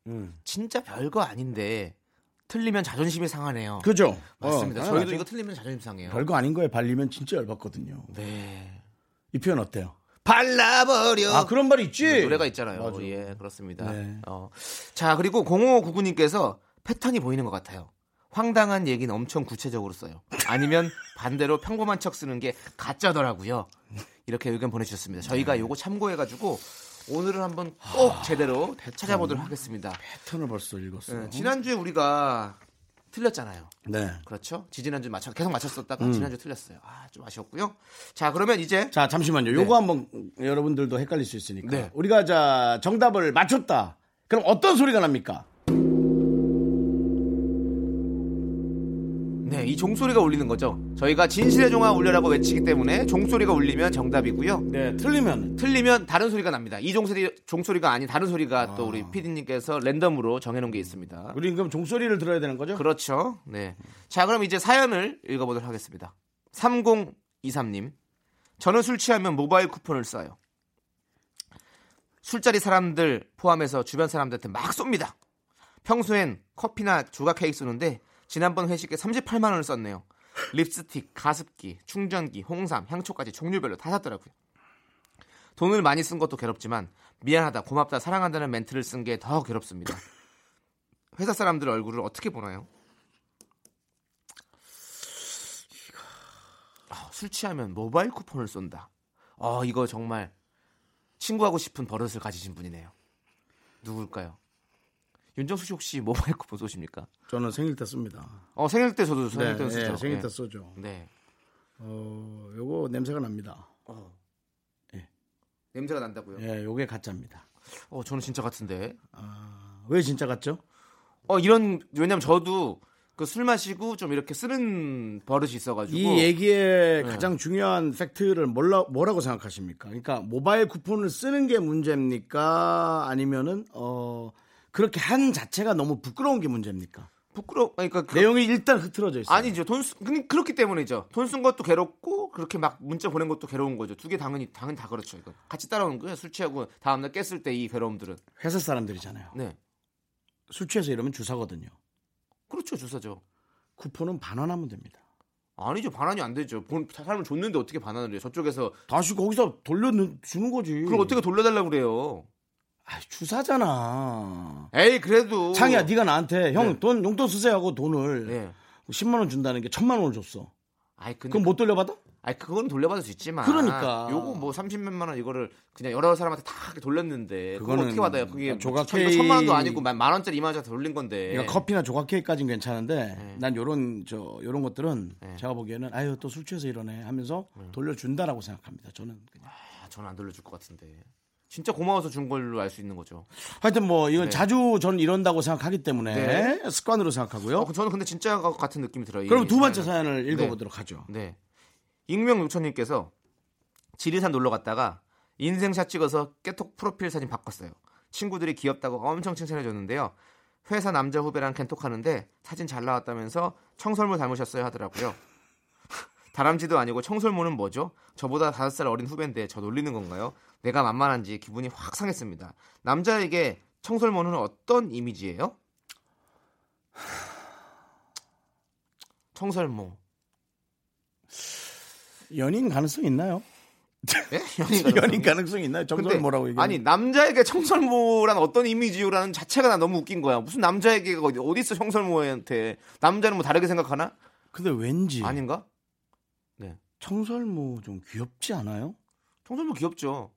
S2: 진짜 별거 아닌데 틀리면 자존심이 상하네요.
S1: 그죠?
S2: 맞습니다.
S1: 어,
S2: 저희도
S1: 당연하죠.
S2: 이거 틀리면 자존심 상해요.
S1: 별거 아닌 거에 발리면 진짜 열받거든요.
S2: 네.
S1: 이 표현 어때요?
S2: 발라버려.
S1: 아 그런 말 있지.
S2: 네, 노래가 있잖아요.
S1: 맞아.
S2: 예, 그렇습니다.
S1: 네.
S2: 어. 자, 그리고 0599님께서 패턴이 보이는 것 같아요. 황당한 얘기는 엄청 구체적으로 써요. 아니면 반대로 평범한 척 쓰는 게 가짜더라고요. 이렇게 의견 보내주셨습니다. 저희가 요거 참고해가지고 오늘은 한번 꼭 제대로 찾아보도록 하겠습니다.
S1: 패턴을 벌써 읽었어요.
S2: 네, 지난주에 우리가 틀렸잖아요.
S1: 네.
S2: 그렇죠? 지지난주 맞춰 계속 맞췄었다가 지난주 틀렸어요. 아, 좀 아쉬웠고요. 자, 그러면 이제
S1: 자 잠시만요. 요거 한번 여러분들도 헷갈릴 수 있으니까.
S2: 네.
S1: 우리가 자 정답을 맞췄다. 그럼 어떤 소리가 납니까?
S2: 네, 이 종소리가 울리는 거죠. 저희가 진실의 종아 울려라고 외치기 때문에 종소리가 울리면 정답이고요.
S1: 네. 틀리면
S2: 틀리면 다른 소리가 납니다. 이 종소리 종소리가 아닌 다른 소리가 또 우리 PD님께서 랜덤으로 정해놓은 게 있습니다.
S1: 우리 그럼 종소리를 들어야 되는 거죠?
S2: 그렇죠. 네. 자, 그럼 이제 사연을 읽어보도록 하겠습니다. 3023님. 저는 술 취하면 모바일 쿠폰을 써요. 술자리 사람들 포함해서 주변 사람들한테 막 쏩니다. 평소엔 커피나 조각 케이크 쏘는데 지난번 회식에 38만 원을 썼네요. 립스틱, 가습기, 충전기, 홍삼, 향초까지 종류별로 다 샀더라고요. 돈을 많이 쓴 것도 괴롭지만 미안하다, 고맙다, 사랑한다는 멘트를 쓴 게 더 괴롭습니다. 회사 사람들 얼굴을 어떻게 보나요? 아, 술 취하면 모바일 쿠폰을 쏜다. 아 이거 정말 친구하고 싶은 버릇을 가지신 분이네요. 누굴까요? 윤정수 씨 혹시 모바일 쿠폰 쏘십니까?
S1: 저는 생일 때 씁니다.
S2: 어 생일 때 저도 생일 때
S1: 네,
S2: 쓰죠.
S1: 네, 생일
S2: 예.
S1: 때 쏘죠.
S2: 네.
S1: 어, 요거 냄새가 납니다.
S2: 냄새가 난다고요?
S1: 예, 요게 가짜입니다. 아,
S2: 어 저는 진짜 같은데.
S1: 왜 진짜 같죠?
S2: 어 이런 왜냐면 저도 그 술 마시고 좀 이렇게 쓰는 버릇이 있어가지고
S1: 이 얘기의
S2: 네.
S1: 가장 중요한 팩트를 몰라, 뭐라고 생각하십니까? 그러니까 모바일 쿠폰을 쓰는 게 문제입니까? 아니면은 어 그렇게 한 자체가 너무 부끄러운 게 문제입니까?
S2: 부끄러 그러니까 그-
S1: 내용이 일단 흐트러져 있어요.
S2: 아니죠. 돈 쓰, 근데 그렇기 때문이죠. 돈 쓴 것도 괴롭고 그렇게 막 문자 보낸 것도 괴로운 거죠. 두 개 당연히 당연히 다 그렇죠. 이거 같이 따라오는 거예요. 술 취하고 다음 날 깼을 때 이 괴로움들은.
S1: 회사 사람들이잖아요.
S2: 네.
S1: 술 취해서 이러면 주사거든요.
S2: 그렇죠. 주사죠.
S1: 쿠폰은 반환하면 됩니다.
S2: 아니죠. 반환이 안 되죠. 본 사람을 줬는데 어떻게 반환을 해요? 저쪽에서
S1: 다시 거기서 돌려 주는 거지.
S2: 그걸 어떻게 돌려달라고 그래요?
S1: 아, 주사잖아.
S2: 에이, 그래도
S1: 창이야, 네가 나한테 형 돈 용돈 쓰세요 하고 돈을
S2: 네.
S1: 10만 원 준다는 게 1000만 원을 줬어.
S2: 아이 근데
S1: 그럼 못 돌려받아?
S2: 아이 그건 돌려받을 수 있지만
S1: 그러니까.
S2: 요거 뭐 30몇만 원 이거를 그냥 여러 사람한테 다 이렇게 돌렸는데 그건
S1: 그거는
S2: 어떻게 받아요? 그게
S1: 조각
S2: 천-
S1: 케이-
S2: 천만 원도 아니고 만, 만 원짜리 이만 원짜리 다 돌린 건데.
S1: 그러니까 커피나 조각 케이크까지는 괜찮은데
S2: 예.
S1: 난 요런 저 요런 것들은 제가 보기에는 아유 또 술 취해서 이러네 하면서 돌려준다라고 생각합니다. 저는 그냥.
S2: 음. 아, 저는 안 돌려줄 것 같은데. 진짜 고마워서 준 걸로 알 수 있는 거죠.
S1: 하여튼 뭐 이건
S2: 네.
S1: 자주 저는 이런다고 생각하기 때문에 습관으로 생각하고요.
S2: 어, 저는 근데 네. 진짜 같은 느낌이 들어요. 이
S1: 그럼 두 번째
S2: 사연은.
S1: 사연을 읽어보도록 하죠.
S2: 네. 익명 요천님께서 지리산 놀러 갔다가 인생샷 찍어서 깨톡 프로필 사진 바꿨어요. 친구들이 귀엽다고 엄청 칭찬해 줬는데요. 회사 남자 후배랑 캔톡하는데 사진 잘 나왔다면서 청설모 닮으셨어요 하더라고요. 다람쥐도 아니고 청설모는 뭐죠? 저보다 다섯 살 어린 후배인데 저 놀리는 건가요? 내가 만만한지 기분이 확 상했습니다. 남자에게 청설모는 어떤 이미지예요? 청설모. 네.
S1: 연인 가능성 있나요?
S2: 예?
S1: 연인 가능성 있나요? 정말
S2: 근데
S1: 뭐라고 얘기해?
S2: 아니 남자에게 청설모란 어떤 이미지요라는 자체가 난 너무 웃긴 거야. 무슨 남자에게 어디 어디 있어 청설모한테 남자는 뭐 다르게 생각하나?
S1: 근데 왠지
S2: 아닌가?
S1: 청설모 뭐 좀 귀엽지 않아요?
S2: 청설모 귀엽죠.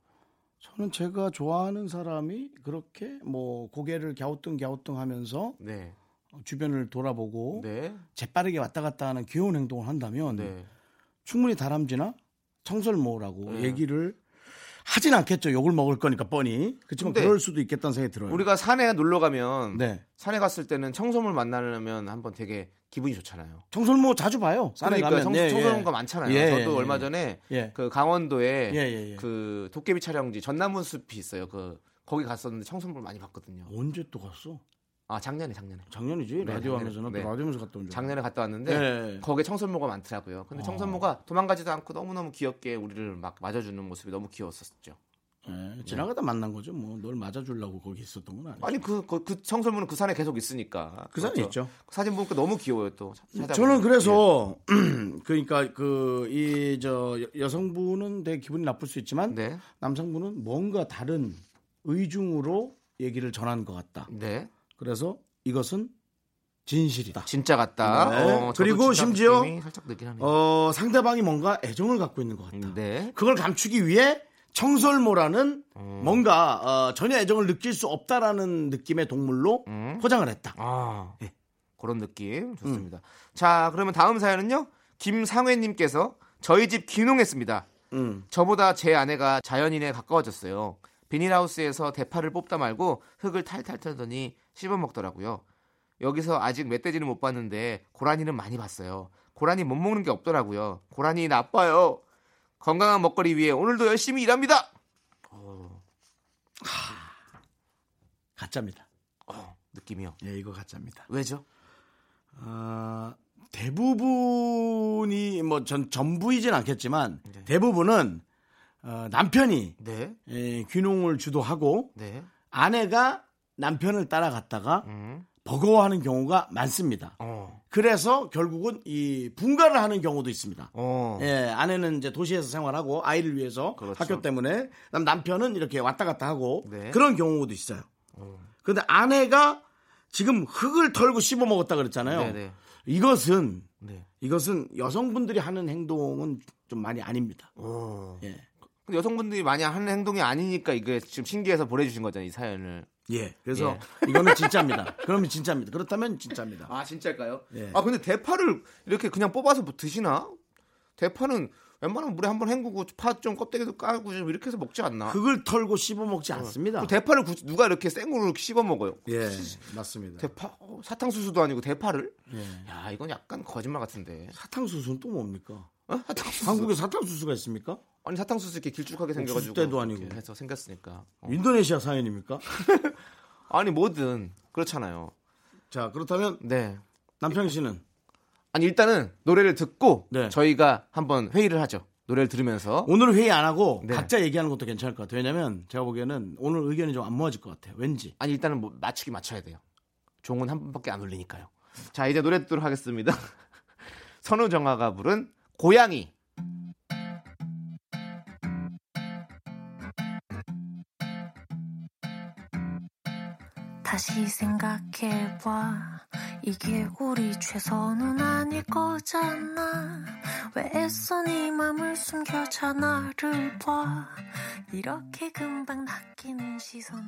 S1: 저는 제가 좋아하는 사람이 그렇게 뭐 고개를 갸우뚱 갸우뚱 하면서
S2: 네,
S1: 주변을 돌아보고
S2: 네,
S1: 재빠르게 왔다 갔다 하는 귀여운 행동을 한다면
S2: 네.
S1: 충분히 다람쥐나 청설모라고
S2: 네.
S1: 얘기를 하진 않겠죠. 욕을 먹을 거니까 뻔히. 그렇지만
S2: 근데
S1: 그럴 수도 있겠다는 생각이 들어요.
S2: 우리가 산에 놀러 가면
S1: 네.
S2: 산에 갔을 때는 청설모 만나려면 한번 되게 기분이 좋잖아요.
S1: 청설모 자주 봐요. 산에 가면.
S2: 그러니까 청,
S1: 예, 예.
S2: 청설모가 많잖아요.
S1: 예,
S2: 저도
S1: 예,
S2: 얼마
S1: 예.
S2: 전에
S1: 예.
S2: 그 강원도에
S1: 예, 예, 예.
S2: 그 도깨비 촬영지 전나무 숲이 있어요. 그 거기 갔었는데 청설모 많이 봤거든요.
S1: 언제 또 갔어?
S2: 아 작년에 작년에.
S1: 작년이지
S2: 네,
S1: 라디오
S2: 작년에.
S1: 하면서 나
S2: 네.
S1: 또 라디오면서 갔다 온 적.
S2: 작년에 갔다 왔는데
S1: 네.
S2: 거기에 청설모가 많더라고요. 근데 청설모가 도망가지도 않고 너무너무 귀엽게 우리를 막 맞아주는 모습이 너무 귀여웠었죠. 네.
S1: 예, 지나가다 만난 거죠. 뭐 널 맞아주려고 거기 있었던 건 아니고.
S2: 아니 그, 그, 그 청설모는 그 산에 계속 있으니까.
S1: 그 산에
S2: 맞죠?
S1: 있죠.
S2: 그 사진 보니까 너무 귀여워요 또. 자- 찾아보면. 예.
S1: 저는 그래서 그러니까 그 이 저 여성분은 되게 기분이 나쁠 수 있지만
S2: 네.
S1: 남성분은 뭔가 다른 의중으로 얘기를 전한 것 같다.
S2: 예. 네.
S1: 그래서 이것은 진실이다.
S2: 진짜 같다.
S1: 네.
S2: 어, 저도
S1: 그리고
S2: 진짜
S1: 심지어
S2: 느낌이 살짝 느긴 하네요.
S1: 어 상대방이 뭔가 애정을 갖고 있는 것 같다.
S2: 네.
S1: 그걸 감추기 위해 청설모라는 뭔가 어, 전혀 애정을 느낄 수 없다라는 느낌의 동물로
S2: 음.
S1: 포장을 했다.
S2: 아, 그런 느낌 좋습니다. 자, 그러면 다음 사연은요. 김상회님께서 저희 집 귀농했습니다.
S1: 음.
S2: 저보다 제 아내가 자연인에 가까워졌어요. 비닐하우스에서 대파를 뽑다 말고 흙을 탈탈 털더니 씹어 먹더라고요. 여기서 아직 멧돼지는 못 봤는데 고라니는 많이 봤어요. 고라니 못 먹는 게 없더라고요. 고라니 나빠요. 건강한 먹거리 위해 오늘도 열심히 일합니다.
S1: 가짜입니다.
S2: 어, 느낌이요.
S1: 예, 이거 가짜입니다.
S2: 왜죠?
S1: 아, 대부분이 뭐 전 전부이진 않겠지만 대부분은 어, 남편이
S2: 네,
S1: 예, 귀농을 주도하고
S2: 네,
S1: 아내가 남편을 따라갔다가
S2: 음,
S1: 버거워하는 경우가 많습니다.
S2: 어,
S1: 그래서 결국은 이 분가를 하는 경우도 있습니다.
S2: 어,
S1: 예, 아내는 이제 도시에서 생활하고 아이를 위해서
S2: 그렇죠.
S1: 학교 때문에 그다음 남편은 이렇게 왔다 갔다 하고
S2: 네.
S1: 그런 경우도 있어요. 그런데 아내가 지금 흙을 털고 씹어 먹었다 그랬잖아요.
S2: 네, 네,
S1: 이것은
S2: 네.
S1: 이것은 여성분들이 하는 행동은 좀 많이 아닙니다.
S2: 어.
S1: 예.
S2: 근데 여성분들이 많이 하는 행동이 아니니까 이게 지금 신기해서 보내주신 거잖아요 이 사연을.
S1: 예. 그래서 이거는 진짜입니다. 그러면 진짜입니다. 그렇다면 진짜입니다.
S2: 아 진짜일까요?
S1: 예.
S2: 아 근데 대파를 이렇게 그냥 뽑아서 뭐 드시나? 대파는 웬만하면 물에 한번 헹구고 파 좀 껍데기도 까고 좀 이렇게 해서 먹지 않나?
S1: 흙을 털고 씹어 먹지 않습니다.
S2: 그 대파를 굳이 누가 이렇게 생으로 이렇게 씹어 먹어요?
S1: 예. 맞습니다.
S2: 대파 어, 사탕수수도 아니고 대파를?
S1: 예.
S2: 야 이건 약간 거짓말 같은데.
S1: 사탕수수는 또 뭡니까? 어.
S2: 어? 사탕수수.
S1: 한국에 사탕수수가 있습니까?
S2: 아니 사탕수수 이렇게 길쭉하게 생겨가지고
S1: 때도 아니고.
S2: 이렇게 해서 생겼으니까. 어.
S1: 인도네시아 사연입니까?
S2: 아니 뭐든 그렇잖아요.
S1: 자, 그렇다면
S2: 네.
S1: 남편 씨는
S2: 아니 일단은 노래를 듣고
S1: 네.
S2: 저희가 한번 회의를 하죠. 노래를 들으면서
S1: 오늘 회의 안 하고
S2: 네.
S1: 각자 얘기하는 것도 괜찮을 것 같아요. 왜냐면 제가 보기에는 오늘 의견이 좀 안 모아질 것 같아요. 왠지.
S2: 아니 일단은 뭐 맞추기 맞춰야 돼요. 종은 한 번밖에 안 울리니까요. 자 이제 노래 듣도록 하겠습니다. 선우정아가 부른 고양이.
S6: 다시 생각해봐 이게 우리 최선은 아닐 거잖아 왜 애써 네 맘을 숨겨 자 나를 봐 이렇게 금방 낚이는 시선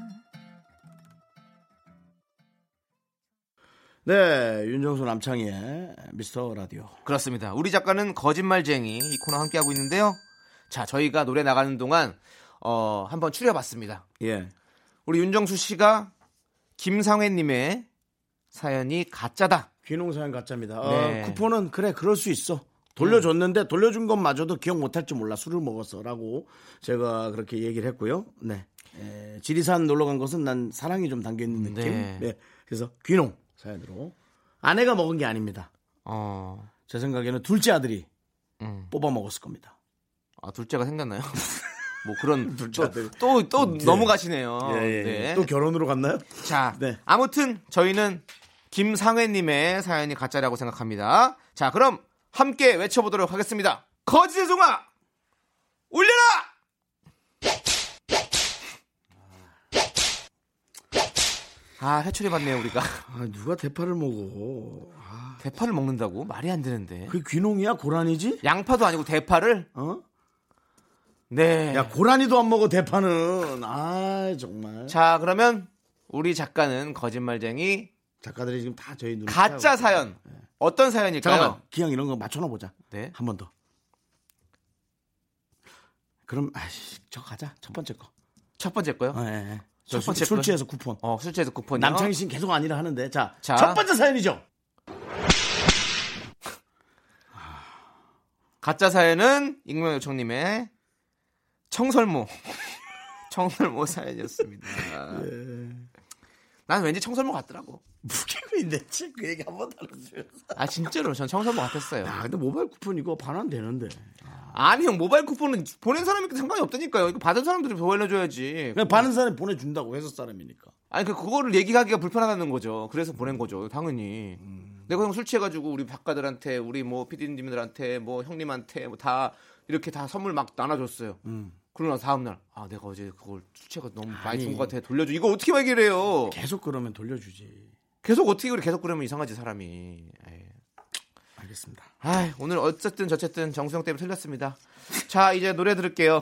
S1: 네, 윤정수 남창희의 미스터 라디오.
S2: 그렇습니다. 우리 작가는 거짓말쟁이 이 코너 함께 하고 있는데요. 자 저희가 노래 나가는 동안 어 한번 추려봤습니다.
S1: 예.
S2: 우리 윤정수 씨가 김상회님의 사연이 가짜다.
S1: 귀농사연 가짜입니다. 어,
S2: 네.
S1: 쿠폰은 그래 그럴 수 있어. 돌려줬는데 돌려준 것마저도 기억 못할 줄 몰라 술을 먹어서라고 제가 그렇게 얘기를 했고요. 네. 에, 지리산 놀러 간 것은 난 사랑이 좀 담겨 있는 느낌.
S2: 네.
S1: 네. 그래서 귀농 사연으로 아내가 먹은 게 아닙니다.
S2: 어
S1: 제 생각에는 둘째 아들이
S2: 음.
S1: 뽑아 먹었을 겁니다.
S2: 아, 둘째가 생겼나요? 뭐 그런
S1: 둘째 아들.
S2: 또또 넘어가시네요.
S1: 음, 예, 예, 예.
S2: 네.
S1: 또 결혼으로 갔나요?
S2: 자,
S1: 네.
S2: 아무튼 저희는 김상회님의 사연이 가짜라고 생각합니다. 자, 그럼 함께 외쳐보도록 하겠습니다. 거짓의 종아 울려라! 아, 회초리 받네요 우리가.
S1: 아, 누가 대파를 먹어? 아,
S2: 대파를 먹는다고 말이 안 되는데.
S1: 그 귀농이야 고라니지?
S2: 양파도 아니고 대파를.
S1: 어?
S2: 네.
S1: 야 고라니도 안 먹어 대파는. 아 정말.
S2: 자, 그러면 우리 작가는 거짓말쟁이
S1: 작가들이 지금 다 저희 눈
S2: 가짜 사연 어떤 사연일까요?
S1: 음, 네. 잠깐만 기왕 이런 거 맞춰놔 보자
S2: 네.
S1: 한 번 더 그럼 아씨 저 가자 첫 번째 거
S2: 첫 번째 거요.
S1: 어, 예, 예.
S2: 첫
S1: 저 술-
S2: 번째 거?
S1: 술취해서 쿠폰
S2: 어, 술취해서 쿠폰이요.
S1: 남창희 씨는 계속 아니라 하는데 자
S2: 자.
S1: 첫 번째 사연이죠
S2: 가짜 사연은 익명 요청님의 청설모 청설모 사연이었습니다. 난 왠지 청설모 같더라고.
S1: 무기고인데 지금 그 얘기 한 번도 안 했어요.
S2: 아 진짜로 전 청설모 같았어요.
S1: 야, 근데 모바일 쿠폰 이거 반환 되는데.
S2: 아니 형 모바일 쿠폰은 보낸 사람이 상관이 없다니까요. 이거 받은 사람들이 보내줘야지.
S1: 그냥 받은 사람이 보내준다고 회사 사람이니까.
S2: 아니 그 그거를 얘기하기가 불편하다는 거죠. 그래서 보낸 거죠. 당연히. 내가 형 술 취해가지고 우리 작가들한테 우리 뭐 PD님들한테 뭐 형님한테 뭐 다 이렇게 다 선물 막 나눠줬어요. 그러나 다음 날 아 내가 어제 그걸 술 취해가 너무 많이 준 것 같아 돌려줘. 이거 어떻게 해결해요?
S1: 계속 그러면 돌려주지.
S2: 계속 어떻게 그래 계속 그러면 이상하지 사람이. 에이.
S1: 알겠습니다.
S2: 아이, 오늘 어쨌든 저쨌든 정수영 때문에 틀렸습니다. 자, 이제 노래 들을게요.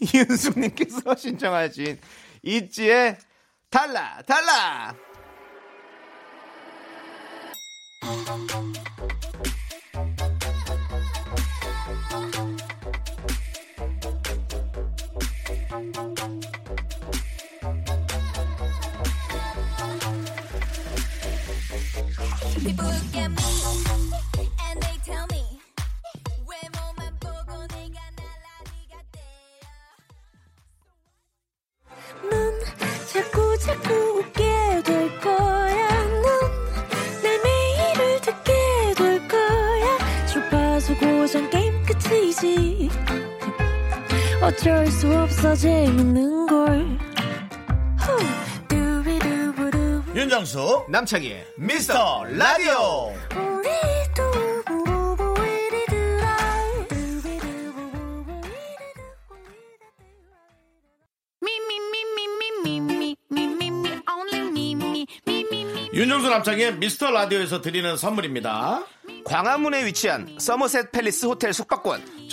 S2: 이은숙님께서 신청하신 있지의 달라, 달라!
S3: People look at me and they tell me 외모만 보고 내가 날라리가 돼요
S6: 넌 자꾸 자꾸 웃게 될 거야. 넌내 매일을 듣게 될 거야. 주파수 고정 게임 끝이지. 어쩔 수 없어 재밌는 걸. 후. 두비두부두.
S1: 윤정수
S2: 남창희의
S1: 미스터 라디오.
S6: 우리 두부부부 우리들아. 두비두부부부 우리들아.
S1: 윤정수 남창의 미스터 라디오에서 드리는 선물입니다.
S2: 광화문에 위치한 서머셋 팰리스 호텔 숙박권,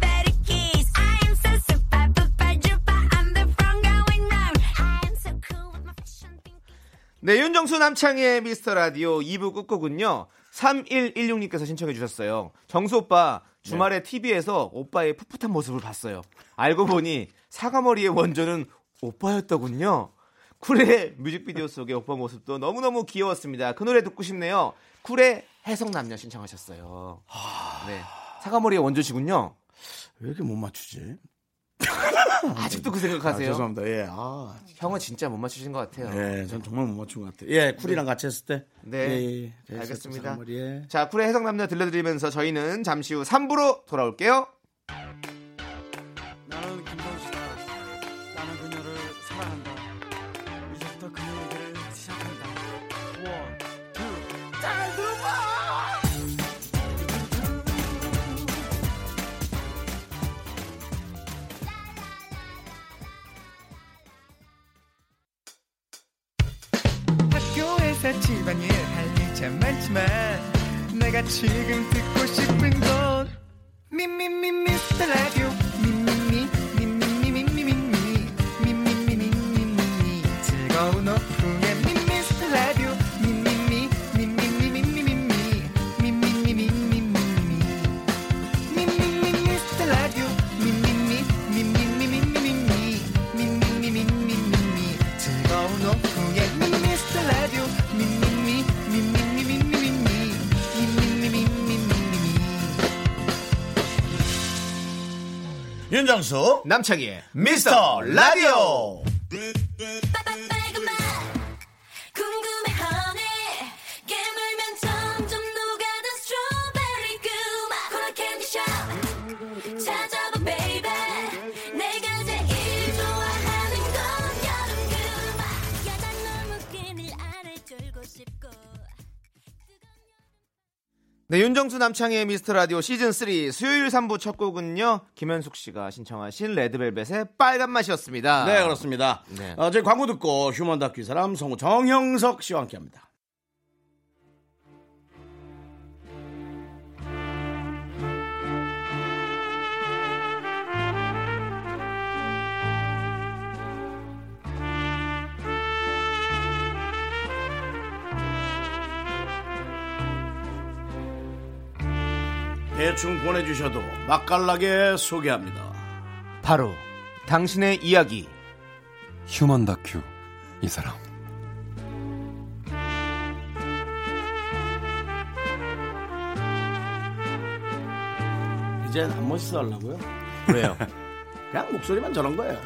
S3: that a kiss. I am so super, super duper. I'm the front going round. I am so cool with my fashion thinking.
S2: 네, 윤정수 남창희의 미스터 라디오 2부 끝곡은요. 3116님께서 신청해 주셨어요. 정수 오빠, 주말에
S1: 네.
S2: TV에서 오빠의 풋풋한 모습을 봤어요. 알고 보니 사과머리의 원조는 오빠였더군요. 쿨의 뮤직비디오 속의 오빠 모습도 너무너무 귀여웠습니다. 그 노래 듣고 싶네요. 쿨의 해성남녀 신청하셨어요. 네. 사과머리의 원조시군요.
S1: 왜 이렇게 못 맞추지?
S2: 아직도 그
S1: 아,
S2: 생각하세요?
S1: 죄송합니다. 예, 아,
S2: 형은 진짜 못 맞추신 것 같아요.
S1: 예, 전 정말 못 맞춘 것 같아요. 예, 쿨이랑 같이 했을 때.
S2: 네.
S1: 예, 예, 예.
S2: 알겠습니다.
S1: 머리 예.
S2: 자, 쿨의 해성남녀 들려드리면서 저희는 잠시 후 3부로 돌아올게요.
S7: 나는 김성수다. 나는 그녀를 사랑한다. 이제부터 그 얘기를 시작한다. 원, 투, 잘 들어봐!
S8: 학교에서 집안일 할 일 참 많지만 내가 지금 듣고 싶은 건 미미미 미스터 라디오 미미미 미미미 미미미 미미미 미미미 미미미 즐거운 오후에 미스터 라디오 미미미 미미미 미미미 미미미 미미미 미미미
S1: 윤정수,
S2: 남창희의
S1: 미스터 라디오!
S3: 빨빨빨그만 궁금해 honey 깨물면 점점 녹아든 스트로베리 그만 콜라 캔디 샵 찾아봐 baby 내가 제일 좋아하는 건 여름 그만 야단 너무 끈을 안에 졸고 싶고
S2: 네, 윤정수 남창희의 미스터 라디오 시즌 3 수요일 3부 첫 곡은요. 김현숙 씨가 신청하신 레드벨벳의 빨간 맛이었습니다.
S1: 네, 그렇습니다.
S2: 네.
S1: 어, 저희 광고 듣고 휴먼 다큐 이 사람 성우 정형석 씨와 함께 합니다. 대충 보내주셔도 맛깔나게 소개합니다.
S2: 바로 당신의 이야기.
S9: 휴먼 다큐 이 사람
S1: 이젠 안 멋있어 하려고요?
S2: 왜요?
S1: 그냥 목소리만 저런 거예요.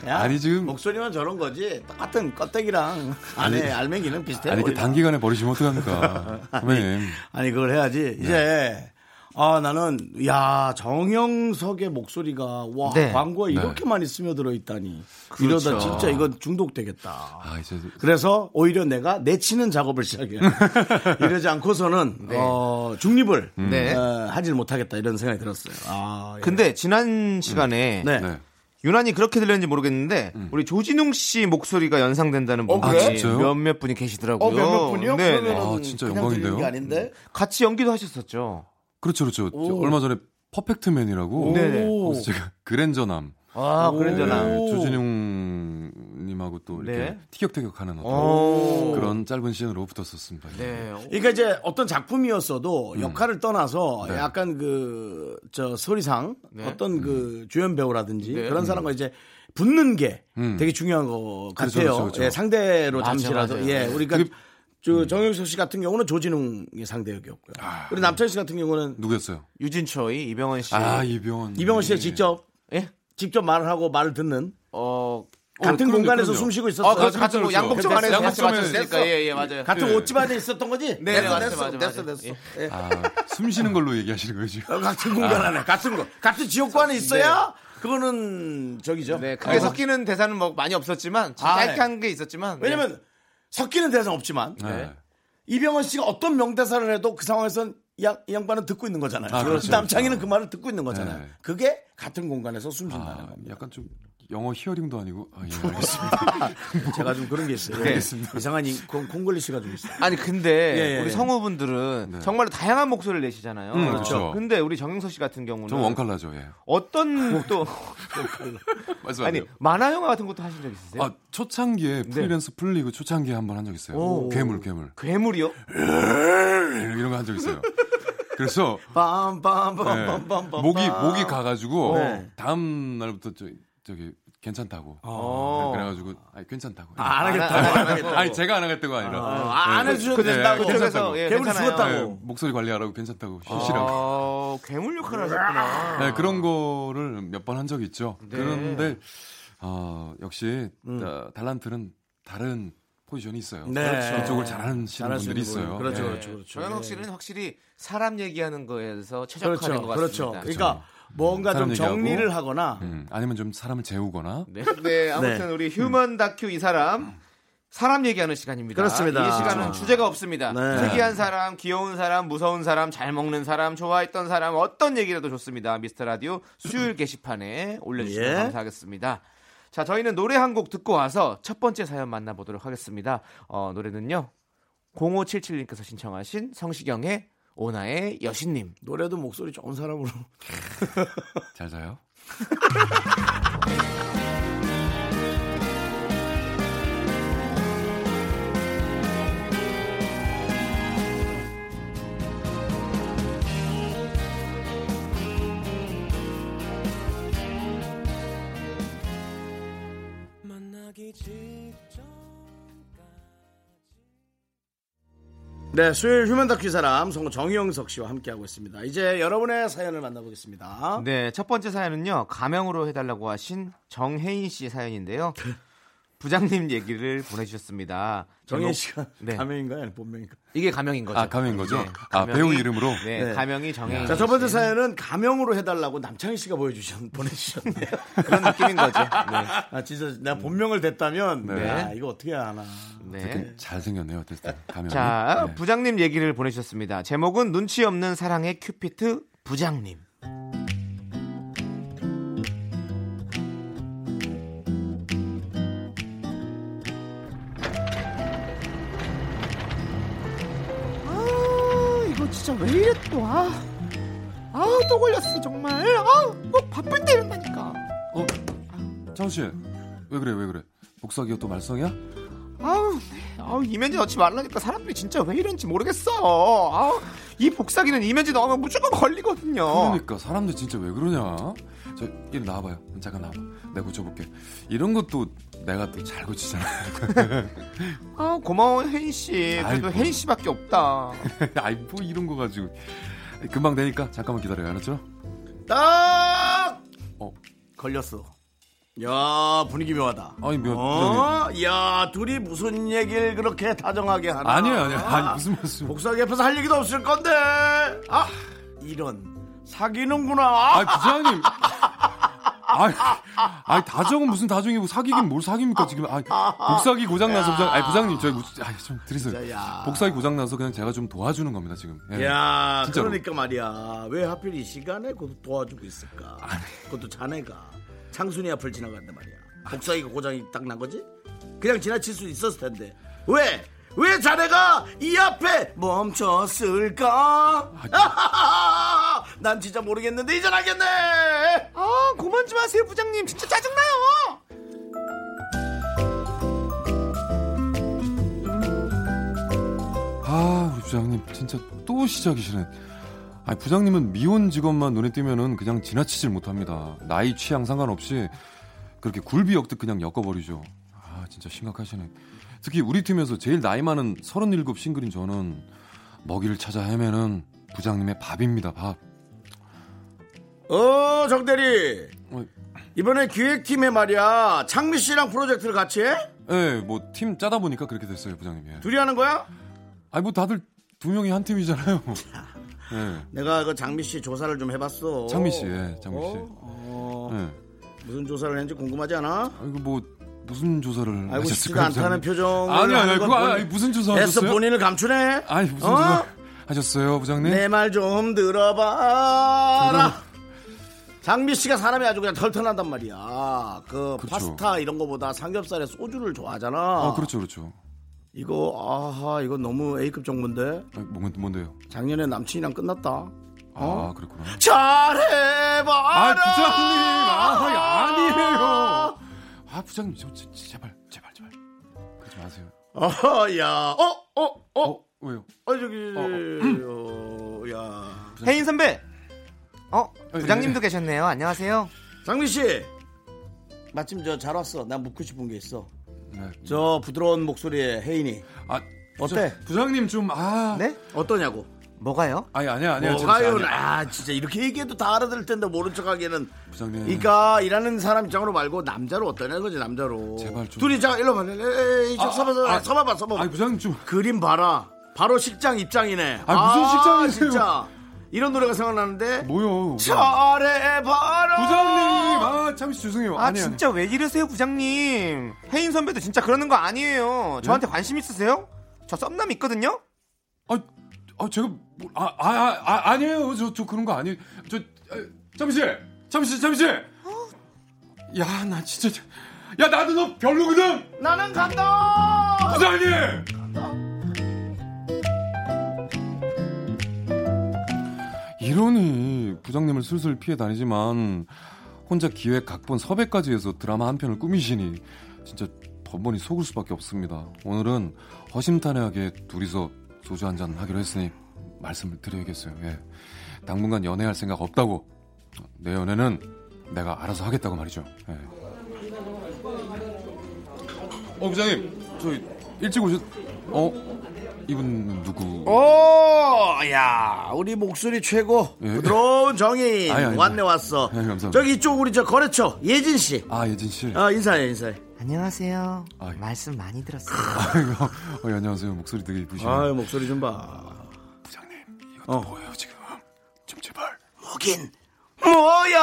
S1: 그냥
S9: 아니, 지금-
S1: 목소리만 저런 거지 똑같은 껍데기랑 안에
S9: 아니,
S1: 알맹이는 비슷해요.
S9: 아니 그 이렇게
S1: 원래.
S9: 단기간에 버리시면 어떡합니까 선배님 네.
S1: 아니 그걸 해야지 이제 아 나는 야 정영석의 목소리가 와
S2: 네.
S1: 광고에
S9: 네.
S1: 이렇게 많이 스며들어 있다니
S2: 그렇죠.
S1: 이러다 진짜 이건 중독되겠다.
S9: 아 이제
S1: 그래서 오히려 내가 내치는 작업을 시작해요. 이러지 않고서는
S2: 네.
S1: 어, 중립을
S9: 음.
S2: 네.
S1: 어, 하질 못하겠다 이런 생각이 들었어요. 아, 예.
S2: 근데 지난 시간에
S1: 네. 음.
S9: 네.
S2: 유난히 그렇게 들렸는지 모르겠는데 우리 조진웅 씨 목소리가 연상된다는 분이
S1: 어, 그래?
S9: 아, 진짜요?
S2: 몇몇 분이 계시더라고요.
S1: 어, 몇몇 분이요?
S2: 네, 네.
S1: 그러면은
S9: 아, 진짜
S1: 그냥
S9: 영광인데요?
S1: 들리는 게 아닌데?
S2: 같이 연기도 하셨었죠.
S9: 그렇죠 그렇죠 얼마 전에 퍼펙트맨이라고
S2: 네네.
S1: 오.
S9: 거기서 제가 그랜저남
S2: 아, 그랬잖아.
S1: 오.
S9: 조진웅님하고 또 이렇게
S2: 네.
S9: 티격태격하는 어떤
S2: 오.
S9: 그런 짧은 시간으로 붙었었습니다.
S2: 네.
S1: 그러니까 이제 어떤 작품이었어도 역할을 떠나서
S9: 음. 네.
S1: 약간 그 저 소리상
S2: 네.
S1: 어떤 그 주연 배우라든지
S2: 네.
S1: 그런 사람과 이제 붙는 게
S9: 음.
S1: 되게 중요한 것
S9: 그렇죠,
S1: 같아요.
S9: 그렇죠, 그렇죠. 음.
S1: 예, 상대로
S2: 맞아,
S1: 잠시라도
S2: 맞아요.
S1: 예,
S2: 네.
S1: 우리가 저 정영석 씨 같은 경우는 조진웅의 상대역이었고요. 그리고 남창희 씨 같은 경우는
S9: 아, 네. 누구였어요?
S2: 유진초이, 이병헌 씨.
S9: 아 이병헌.
S1: 이병헌 씨가 직접
S2: 예?
S1: 직접 말을 하고 말을 듣는
S2: 어.
S1: 같은
S9: 그럼요,
S1: 공간에서
S9: 그럼요.
S1: 숨 쉬고 있었어요.
S2: 어, 그렇죠. 같은 뭐
S9: 그렇죠.
S2: 양복점
S9: 됐어,
S2: 안에서 같이
S9: 양복점에
S2: 맞췄으니까. 예, 예, 맞아요.
S1: 같은 옷집 안에 있었던 거지?
S2: 네,
S1: 됐어,
S2: 맞아요,
S1: 됐어,
S2: 맞아요,
S1: 됐어,
S2: 맞아요.
S1: 됐어. 예.
S9: 아, 숨 쉬는 걸로 얘기하시는 거예요 지금?
S1: 어, 같은 공간 안에, 같은 곳, 같은 지옥구 안에 있어야
S9: 네.
S1: 그거는 저기죠.
S2: 네, 예. 크게 섞이는 대사는 뭐 많이 없었지만
S1: 아,
S2: 짧게
S1: 네.
S2: 한 게 있었지만
S1: 왜냐면 섞이는 대사는 없지만
S9: 네.
S1: 이병헌 씨가 어떤 명대사를 해도 그 상황에선 이, 양, 이 양반은 듣고 있는 거잖아요.
S9: 아, 그렇죠.
S1: 남창이는 그 말을 듣고 있는 거잖아요.
S9: 네.
S1: 그게 같은 공간에서 숨 쉰다는
S9: 아,
S1: 겁니다.
S9: 약간 좀 영어 히어링도 아니고 아, 예, 알겠습니다.
S1: 제가 좀 그런 게 있어요. 네. 이상한 이, 콩, 콩글리 씨가 좀 있어요.
S2: 아니 근데
S1: 예, 예,
S2: 우리
S1: 예.
S2: 성우분들은 정말로 다양한 목소리를 내시잖아요.
S9: 음, 그렇죠.
S2: 근데 우리 정영석 씨 같은 경우는
S9: 좀 원칼라죠. 예.
S2: 어떤 또 아니
S9: 말씀하세요.
S2: 만화 영화 같은 것도 하신 적 있으세요?
S9: 아 초창기에 프리랜서 풀리고 초창기에 한 번 한 적 있어요.
S2: 오.
S9: 괴물 괴물
S2: 괴물이요?
S9: 이런 거 한 적 있어요. 그래서
S2: 아.
S9: 네,
S1: 빰빰빰빰빰빰.
S9: 목이 목이 가가지고
S1: 네.
S9: 다음 날부터 저, 저기 괜찮다고 네,
S2: 어.
S9: 그래가지고 아니, 괜찮다고.
S1: 안 하겠다.
S2: 안 하겠다고.
S9: 아니 제가 안 하겠다고 아니라
S1: 아, 안 해주셔도
S9: 네,
S1: 된다고.
S9: 그쪽에서,
S2: 예,
S1: 괴물
S2: 괜찮아요.
S1: 죽었다고.
S9: 네, 목소리 관리하라고 괜찮다고 쉬시라고.
S2: 아, 괴물 역할을 하셨구나.
S9: 네, 그런 거를 몇 번 한 적이 있죠.
S2: 네.
S9: 그런데 어, 역시 어, 달란트는 다른 포지션이 있어요.
S1: 네. 그렇죠.
S9: 이쪽을 잘하는 시는
S1: 잘할 수
S9: 분들이
S1: 있는 분.
S9: 있어요.
S1: 그렇죠,
S9: 네.
S1: 그렇죠, 그렇죠.
S2: 정영석 씨는 확실히 사람 얘기하는 거에서 최적화된
S1: 그렇죠,
S2: 것
S1: 그렇죠.
S2: 같습니다.
S1: 그러니까 뭔가 좀
S9: 음. 사람 얘기하고.
S1: 정리를 하거나
S9: 음, 아니면 좀 사람을 재우거나
S2: 네. 네, 아무튼
S1: 음.
S2: 우리 휴먼 다큐 이 사람 사람 얘기하는 시간입니다.
S1: 그렇습니다.
S2: 이 시간은
S1: 아.
S2: 주제가 없습니다.
S1: 네.
S2: 특이한 사람, 귀여운 사람, 무서운 사람, 잘 먹는 사람, 좋아했던 사람 어떤 얘기라도 좋습니다. 미스터 라디오 수요일 게시판에 올려주시면
S1: 예.
S2: 감사하겠습니다. 자, 저희는 노래 한 곡 듣고 와서 첫 번째 사연 만나보도록 하겠습니다. 어, 노래는요. 0577님께서 신청하신 성시경의 오나의 여신님.
S1: 노래도 목소리 좋은 사람으로
S9: 잘 자요.
S1: 네, 수요일 휴먼 다큐 사람 성우 정영석 씨와 함께하고 있습니다. 이제 여러분의 사연을
S9: 어?
S1: 만나보겠습니다.
S2: 네, 첫 번째 사연은요. 가명으로 해달라고 하신 정혜인 씨 사연인데요. 부장님 얘기를 보내주셨습니다.
S1: 정혜
S2: 제목-
S1: 씨가
S2: 네.
S1: 가명인가요? 아니면 본명인가요?
S2: 이게 가명인 거죠.
S9: 아 가면 거죠.
S2: 네,
S9: 아
S2: 가명이-
S9: 배우 이름으로.
S2: 네,
S1: 네.
S2: 가명이
S9: 아,
S2: 정혜인.
S1: 자, 첫 번째
S9: 네.
S2: 씨.
S1: 사연은 가명으로 해달라고 남창희 씨가 보여주셨, 보내주셨네요.
S2: 그런 느낌인 거죠. 네.
S1: 아, 진짜 내가 본명을 댔다면,
S9: 네.
S1: 야, 이거 어떻게 하나.
S2: 네.
S9: 잘 생겼네요. 어쨌든 가면.
S2: 자,
S9: 네.
S2: 부장님 얘기를 보내주셨습니다. 제목은 눈치 없는 사랑의 큐피트 부장님. 아, 이거 진짜 왜 이래 또, 아. 아, 또 걸렸어, 정말. 아, 꼭 바쁠 때 이런다니까.
S9: 네. 어, 창우 씨, 왜 그래 왜 그래? 복사기가 또 말썽이야?
S2: 아우, 아우 이면지 넣지 말라니까 사람들이 진짜 왜 이런지 모르겠어. 아우, 이 복사기는 이면지 넣으면 무조건
S1: 어.
S2: 걸리거든요.
S9: 그러니까 사람들 진짜 왜 그러냐? 저 이리 나와봐요. 잠깐 나와봐. 내가 고쳐볼게. 이런 것도 내가 또 잘 고치잖아.
S2: 아 고마워 혜인 씨. 그래도
S9: 아이고.
S2: 혜인 씨밖에 없다.
S9: 아이 뭐 이런 거 가지고 금방 되니까 잠깐만 기다려요. 알았죠?
S1: 딱
S9: 어.
S1: 걸렸어. 야 분위기 묘하다.
S9: 아니, 묘-
S1: 어? 야 둘이 무슨 얘기를 그렇게 다정하게 하나?
S9: 아니에요, 아니에요. 아니 무슨 말씀?
S1: 복사기 옆에서 할 얘기도 없을 건데. 아 이런 사귀는구나.
S9: 아이 부장님. 아이, 아이 다정은 무슨 다정이고 사기긴 뭘 사기입니까 지금? 아이, 복사기 고장 나서 부장. 아이 부장님 저희 무슨 아이 좀
S1: 진짜,
S9: 드리세요.
S1: 야.
S9: 복사기 고장 나서 그냥 제가 좀 도와주는 겁니다 지금. 예.
S1: 야
S9: 진짜로.
S1: 그러니까 말이야 왜 하필 이 시간에 그것도 도와주고 있을까? 그것도 자네가 창순이 앞을 지나갔는데 말이야. 복사기가 고장이 딱 난 거지? 그냥 지나칠 수 있었을 텐데 왜? 왜 자네가 이 앞에 멈췄을까? 난 진짜 모르겠는데 이젠 알겠네.
S2: 아 고만 좀 하세요 부장님. 진짜 짜증나요.
S9: 아 우리 부장님 진짜 또 시작이시네. 아이 부장님은 미혼 직원만 눈에 띄면은 그냥 지나치질 못합니다. 나이 취향 상관없이 그렇게 굴비역듯 그냥 엮어버리죠. 아 진짜 심각하시네. 특히 우리 팀에서 제일 나이 많은 37 싱글인 저는 먹이를 찾아 헤매는 부장님의 밥입니다. 밥.
S1: 어 정대리
S9: 어,
S1: 이번에 기획팀에 말이야 창미 씨랑 프로젝트를 같이 해?
S9: 예, 뭐 팀 짜다 보니까 그렇게 됐어요, 부장님. 예.
S1: 둘이 하는 거야?
S9: 아니 뭐 다들 두 명이 한 팀이잖아요. 예.
S1: 내가 그 장미 씨 조사를 좀 해봤어.
S9: 장미 씨, 예, 장미 씨.
S1: 어,
S9: 예.
S1: 무슨 조사를 했는지 궁금하지 않아?
S9: 아이고 뭐 무슨 조사를
S1: 알고 싶지도
S9: 하셨을까요?
S1: 않다는
S9: 부장님?
S1: 표정을
S9: 아니 아니
S1: 하는
S9: 그거
S1: 건
S9: 아니, 무슨 조사
S1: 애써
S9: 하셨어요?
S1: 본인을 감추네.
S9: 아니 무슨 네.
S1: 어? 네.
S9: 조사 하셨어요, 부장님?
S1: 내말 좀 들어봐라. 장미 씨가 사람이 아주 그냥 털털한단 말이야. 그
S9: 그렇죠.
S1: 파스타 이런 거보다 삼겹살에 소주를 좋아하잖아.
S9: 아 그렇죠 그렇죠.
S1: 이거 아하 이거 너무 A급 정보인데
S9: 아, 뭔 뭔데요?
S1: 작년에 남친이랑 끝났다. 어?
S9: 아 그렇구나.
S1: 잘해봐라.
S9: 아 부장님, 아 아니에요. 아 부장님 저, 저, 제발 제발 제발 그러지 마세요.
S1: 어야 어어어
S9: 어, 왜요?
S1: 아 저기
S9: 어, 어.
S1: 어, 야
S2: 혜인 선배. 어
S9: 예,
S2: 부장님도 계셨네요. 안녕하세요.
S1: 장미 씨 마침 저 잘 왔어. 나 묻고 싶은 게 있어.
S9: 네.
S1: 저 부드러운 목소리의 혜인이
S9: 아
S1: 어때?
S9: 저, 부장님 좀아
S2: 네?
S1: 어떠냐고?
S2: 뭐가요?
S9: 아니 아니야 아니야
S1: 뭐가요? 아 진짜 이렇게 얘기해도 다 알아들 을 텐데 모른 척하기에는
S9: 부장님.
S1: 그러니까 일하는 사람 입장으로 말고 남자로 어떠냐 거지 남자로.
S9: 제발 좀.
S1: 둘이 자 일로 봐. 에이, 이쪽 서봐 서봐 서봐봐 서봐.
S9: 아, 아니 부장님 좀
S1: 그림 봐라. 바로 식장 입장이네.
S9: 아, 무슨 식장이세요?
S1: 진짜 이런 노래가 생각나는데.
S9: 뭐요?
S1: 잘해봐라.
S9: 부장님 아 잠시 죄송해요.
S2: 아
S9: 아니야, 아니야.
S2: 진짜 왜 이러세요 부장님? 혜인 선배도 진짜 그러는 거 아니에요.
S9: 네?
S2: 저한테 관심 있으세요? 저 썸남 있거든요.
S9: 아, 아 제가 뭐, 아, 아, 아, 아 아니에요. 저, 저 그런 거 아니에요. 저 아, 잠시, 잠시, 잠시. 야, 나 진짜, 저- 야 나도 너 별로거든.
S1: 나는 간다.
S9: 부장님. 이러니 부장님을 슬슬 피해 다니지만 혼자 기획, 각본, 섭외까지 해서 드라마 한 편을 꾸미시니 진짜 번번이 속을 수밖에 없습니다. 오늘은 허심탄회하게 둘이서 소주 한 잔 하기로 했으니 말씀을 드려야겠어요. 예. 당분간 연애할 생각 없다고. 내 연애는 내가 알아서 하겠다고 말이죠. 예. 어 부장님, 저희 일찍 오셨. 어 이분 누구?
S1: 어? 오, 야, 우리 목소리 최고.
S9: 예.
S1: 부드러운 정인.
S9: 아니, 아니,
S1: 왔네,
S9: 아니.
S1: 왔어.
S9: 예, 감사합니다.
S1: 저기 이쪽 우리 저 거래처, 예진씨.
S9: 아 예진 씨.
S1: 아, 인사해, 인사해.
S2: 안녕하세요.
S9: 아이.
S2: 말씀 많이 들었어요.
S9: 아이고, 어, 안녕하세요. 목소리 되게 이쁘시네요.
S1: 아유, 목소리 좀 봐.
S9: 부장님, 이것도 뭐예요 지금? 좀 제발.
S1: 뭐긴. 뭐야!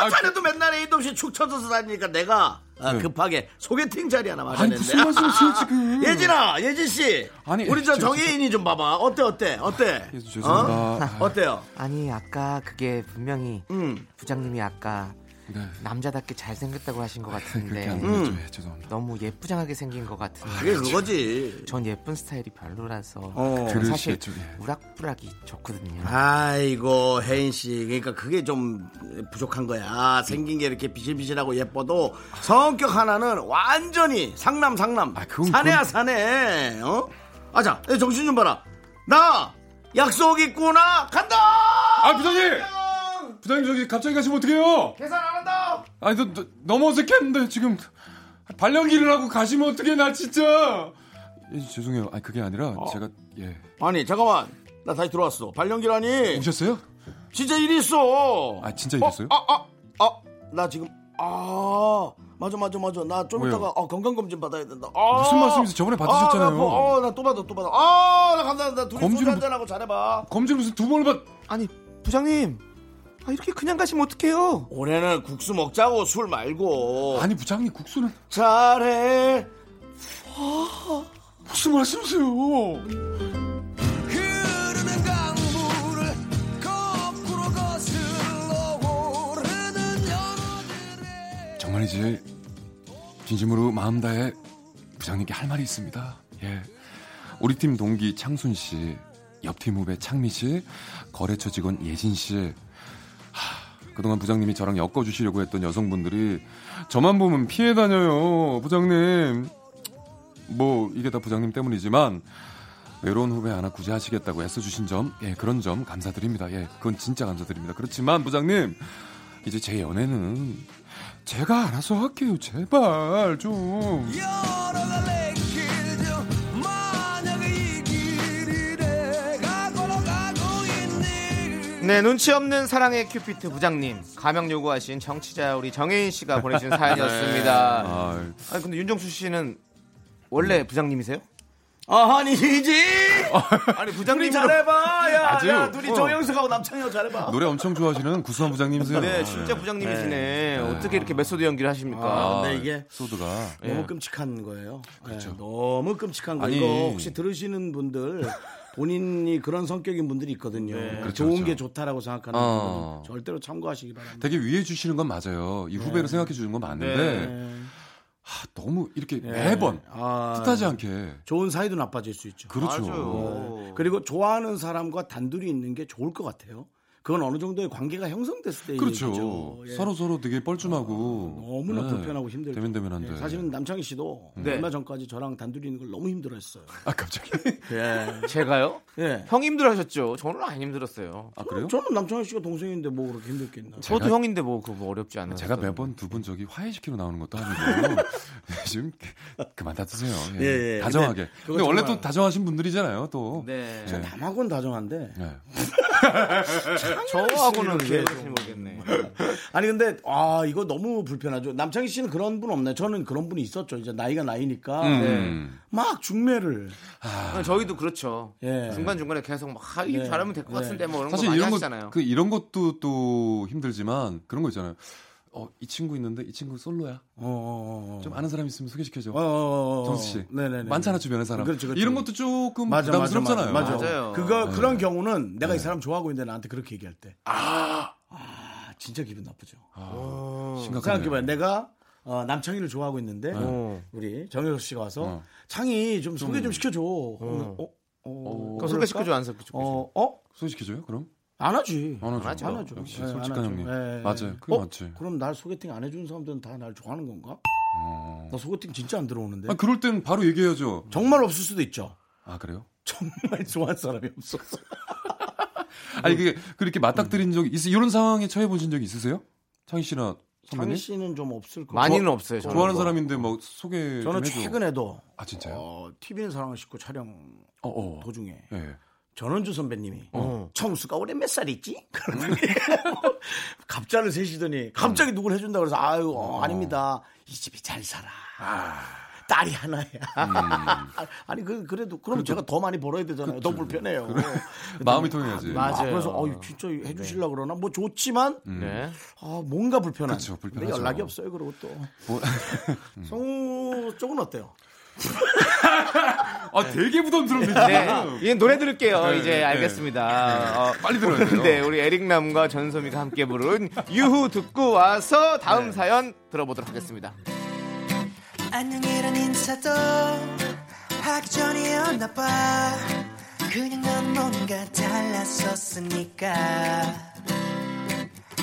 S9: 아,
S1: 자네도 맨날 애도 없이 축 쳐져서 다니니까 내가 아,
S9: 네.
S1: 말하는데. 소개팅 자리 하나
S9: 아니
S1: 마련했네.
S9: 무슨 말씀이세요 지금?
S1: 예진아, 예진씨.
S9: 아니,
S1: 우리 저
S9: 진짜-
S1: 정혜인이 좀 봐봐. 어때, 어때, 어때?
S9: 예, 죄송합니다.
S1: 어? 어때요?
S2: 음. 아니 아까 그게 분명히 부장님이 아까
S9: 네.
S2: 남자답게 잘생겼다고 하신 것
S9: 그렇게
S2: 같은데
S9: 안 보내죠. 예, 죄송합니다.
S2: 너무 예쁘장하게 생긴 것 같은데
S1: 그게 그거지.
S2: 전 예쁜 스타일이 별로라서
S1: 어.
S9: 들으시겠죠,
S2: 사실
S9: 예.
S2: 우락부락이 좋거든요.
S1: 아이고 혜인 씨 그러니까 그게 좀 부족한 거야 생긴 게 이렇게 비실비실하고 예뻐도 성격 하나는 완전히 상남 상남
S9: 아, 그건
S1: 사내야
S9: 그건-
S1: 사내 어 아자 야, 정신 좀 봐라 나 약속 있구나 간다
S9: 아 부장님! 부장님 저기 갑자기 가시면 어떡해요?
S1: 계산 안 한다
S9: 아니 너, 너, 너무 어색했는데 지금 발령기를 하고 가시면 어떡해 나 진짜 예, 죄송해요 아니 그게 아니라 제가 예
S1: 아니 잠깐만 나 다시 들어왔어 발령기라니
S9: 오셨어요?
S1: 진짜 일이 있어
S9: 아, 진짜 일이 있어요?
S1: 아아아나 지금 아 맞아 맞아 맞아 나 좀
S9: 왜요?
S1: 이따가 어, 건강검진 받아야 된다 아,
S9: 무슨 말씀이세요? 저번에 받으셨잖아요.
S1: 아나 또 받아 또 받아 아나 감사합니다 둘이
S9: 검진을
S1: 소주
S9: 못-
S1: 한잔하고 잘해봐
S9: 검진 무슨 두 번을 받
S2: 아니 부장님 아, 이렇게 그냥 가시면 어떡해요?
S1: 올해는 국수 먹자고 술 말고
S9: 아니 부장님 국수는
S1: 잘해
S9: 무슨 말씀이세요
S8: 흐르는 강물을 거꾸로 거슬러 오르는 연어들의
S9: 정말이지 진심으로 마음 다해 부장님께 할 말이 있습니다. 예, 우리 팀 동기 창순 씨, 옆 팀 후배 창미 씨, 거래처 직원 예진 씨. 하, 그동안 부장님이 저랑 엮어주시려고 했던 여성분들이 저만 보면 피해 다녀요, 부장님. 뭐 이게 다 부장님 때문이지만 외로운 후배 하나 구제하시겠다고 애써주신 점, 예, 그런 점 감사드립니다. 예, 그건 진짜 감사드립니다. 그렇지만 부장님 이제 제 연애는 제가 알아서 할게요. 제발 좀.
S8: 여러 갈래 길좀 만약에 이 길이래 가고로 가고 있니
S2: 네 눈치 없는 사랑의 큐피트 부장님 가명 요구하신 정치자 우리 정혜인 씨가 보내주신
S1: 네.
S2: 사연이었습니다.
S9: 아,
S2: 아니 근데 윤정수 씨는 원래 부장님이세요? 어.
S1: 아니지
S2: 아니 부장님
S1: 잘해봐 야,
S9: 아주,
S1: 야 둘이
S9: 어.
S1: 정영석하고 남창이하고 잘해봐
S9: 노래 엄청 좋아하시는 구수한 부장님이세요.
S2: 네 진짜 부장님이시네. 어떻게 이렇게 메소드 연기를 하십니까?
S1: 아, 근데 이게
S9: 소드가
S2: 그
S1: 너무 끔찍한 거예요 네, 너무 끔찍한 거
S9: 예. 그렇죠. 아니.
S1: 이거 혹시 들으시는 분들 본인이 그런 성격인 분들이 있거든요 그러니까 좋은
S9: 그렇죠.
S1: 게 좋다라고 생각하는
S9: 어.
S1: 분들 절대로 참고하시기 바랍니다
S9: 되게 위해 주시는 건 맞아요. 이
S2: 네.
S9: 후배를 생각해 주는 건 맞는데 하, 너무 이렇게
S2: 네.
S9: 매번
S1: 아,
S9: 뜻하지 않게
S1: 좋은 사이도 나빠질 수 있죠
S9: 그렇죠.
S2: 맞아요.
S1: 그리고 좋아하는 사람과 단둘이 있는 게 좋을 것 같아요. 그건 어느 정도의 관계가 형성됐을 때
S9: 그렇죠. 서로 서로 되게 뻘쭘하고
S1: 예. 아, 너무나
S9: 네.
S1: 불편하고 힘들죠.
S9: 대면 대면한데
S1: 예, 사실은 남창희 씨도
S2: 네.
S1: 얼마 전까지 저랑 단둘이 있는 걸 너무 힘들어했어요.
S9: 아 갑자기
S1: 예.
S2: 제가요?
S1: 예.
S2: 형 힘들어하셨죠? 저는 안 힘들었어요.
S9: 아 그래요? 네.
S1: 저는 남창희 씨가 동생인데 뭐 그렇게 힘들겠나.
S2: 저도 형인데 뭐 그거 뭐 어렵지 않아요.
S9: 제가
S1: 그렇죠.
S9: 매번 두 분 저기 화해시키러 나오는 것도 아니고 지금 그만 다투세요. 예.
S1: 예, 예.
S9: 다정하게.
S1: 근데
S9: 근데,
S1: 그거
S9: 원래
S1: 정말-
S9: 또 다정하신 분들이잖아요. 또
S2: 네.
S9: 예.
S1: 남하고는 다정한데
S9: 네.
S2: 저하고는
S1: 씨는
S2: 왜
S1: 이렇게
S9: 뭐.
S2: 그러신지 모르겠네.
S1: 아니 근데 아 이거 너무 불편하죠. 남창희 씨는 그런 분 없나요? 저는 그런 분이 있었죠. 이제 나이가 나이니까
S9: 음.
S1: 막 중매를
S2: 아니, 저희도 그렇죠.
S1: 예.
S2: 중간 중간에 계속 막 아, 이거
S1: 네.
S2: 잘하면 될 것
S1: 네.
S2: 같은데 뭐 이런 거
S9: 사실
S2: 많이
S9: 이런
S2: 하시잖아요.
S9: 거, 그 이런 것도 또 힘들지만 그런 거 있잖아요. 어, 이 친구 있는데 이 친구 솔로야.
S1: 어, 어, 어.
S9: 좀 아는 사람 있으면 소개시켜 줘.
S1: 어, 어, 어.
S9: 정수 씨.
S1: 네네네.
S9: 많잖아 주변에 사람.
S1: 그렇죠, 그렇죠.
S9: 이런 것도 조금
S1: 맞아, 맞아,
S9: 부담스럽잖아요. 네.
S1: 맞아, 맞아.
S2: 맞아요.
S1: 그거 그런 경우는 내가 이 사람 좋아하고 있는데 나한테 그렇게 얘기할 때. 아, 진짜 기분 나쁘죠.
S2: 어.
S9: 심각하게.
S1: 생각해봐요. 내가 어, 남창희를 좋아하고 있는데
S2: 어,
S1: 우리 정혁 씨가 와서
S9: 네. 어. 음.
S1: 창희 좀 소개 좀 시켜줘. 그러면 어, 어,
S2: 그럼 소개시켜줘 안 소개시켜줘?
S1: 어, 어?
S9: 소개시켜 줘요? 그럼?
S1: 안 하지.
S9: 안 하죠.
S2: 하죠.
S1: 안 하죠.
S9: 역시
S1: 예,
S9: 솔직한
S1: 안 하죠.
S9: 형님.
S1: 예, 예.
S9: 맞아요. 그게
S1: 어?
S9: 맞지.
S1: 그럼 날 소개팅 안 해주는 사람들은 다 날 좋아하는 건가?
S9: 어.
S1: 나 소개팅 진짜 안 들어오는데.
S9: 아, 그럴 땐 바로 얘기해야죠.
S1: 정말 없을 수도 있죠.
S9: 아, 그래요?
S1: 정말 좋아하는 사람이 없었어.
S9: 아니 그게 그렇게 맞닥뜨린 적이 있어 이런 상황에 처해 보신 적이 있으세요? 창희 씨나
S1: 창희
S9: 선배님?
S1: 씨는 좀 없을 거.
S2: 많이는 없어요. 저는
S9: 좋아하는
S2: 뭐.
S9: 사람인데 뭐 소개
S1: 저는
S9: 좀 해줘.
S1: 최근에도
S9: 아 진짜요? 어,
S1: 어, TV는 사랑을 싣고 촬영
S9: 어.
S1: 도중에
S9: 예.
S1: 전원주 선배님이 청수가 올해 몇 살이지? 그러더니
S9: 음.
S1: 갑자를 세시더니 갑자기 누굴 해준다 그래서 아유 어, 아닙니다 이 집이 잘 살아 딸이 하나야
S9: 음.
S1: 아니 그, 그래도 그럼 제가 더 많이 벌어야 되잖아요 더 불편해요
S9: 마음이 통해야지. 네.
S2: 맞아.
S1: 아, 그래서 어, 이거 진짜 해주실라 그러나 뭐 좋지만
S2: 네.
S1: 아, 뭔가 불편한
S9: 음. 그쵸, 뭐.
S1: 근데
S9: 불편하죠.
S1: 연락이 없어요 그리고 또 성우 쪽은 어때요?
S9: 아, 되게 부담스럽네, 지금.
S2: 네, 이제 노래 들을게요.
S9: 네,
S2: 이제
S9: 네.
S2: 알겠습니다. 어,
S9: 빨리 들어야 돼요.
S2: 네, 우리 에릭남과 전소미가 함께 부른 유후 듣고 와서
S9: 네.
S2: 다음 사연 들어보도록 하겠습니다.
S8: 안녕이란 인사도 하기 전이었나 봐 그냥 넌 뭔가 달랐었으니까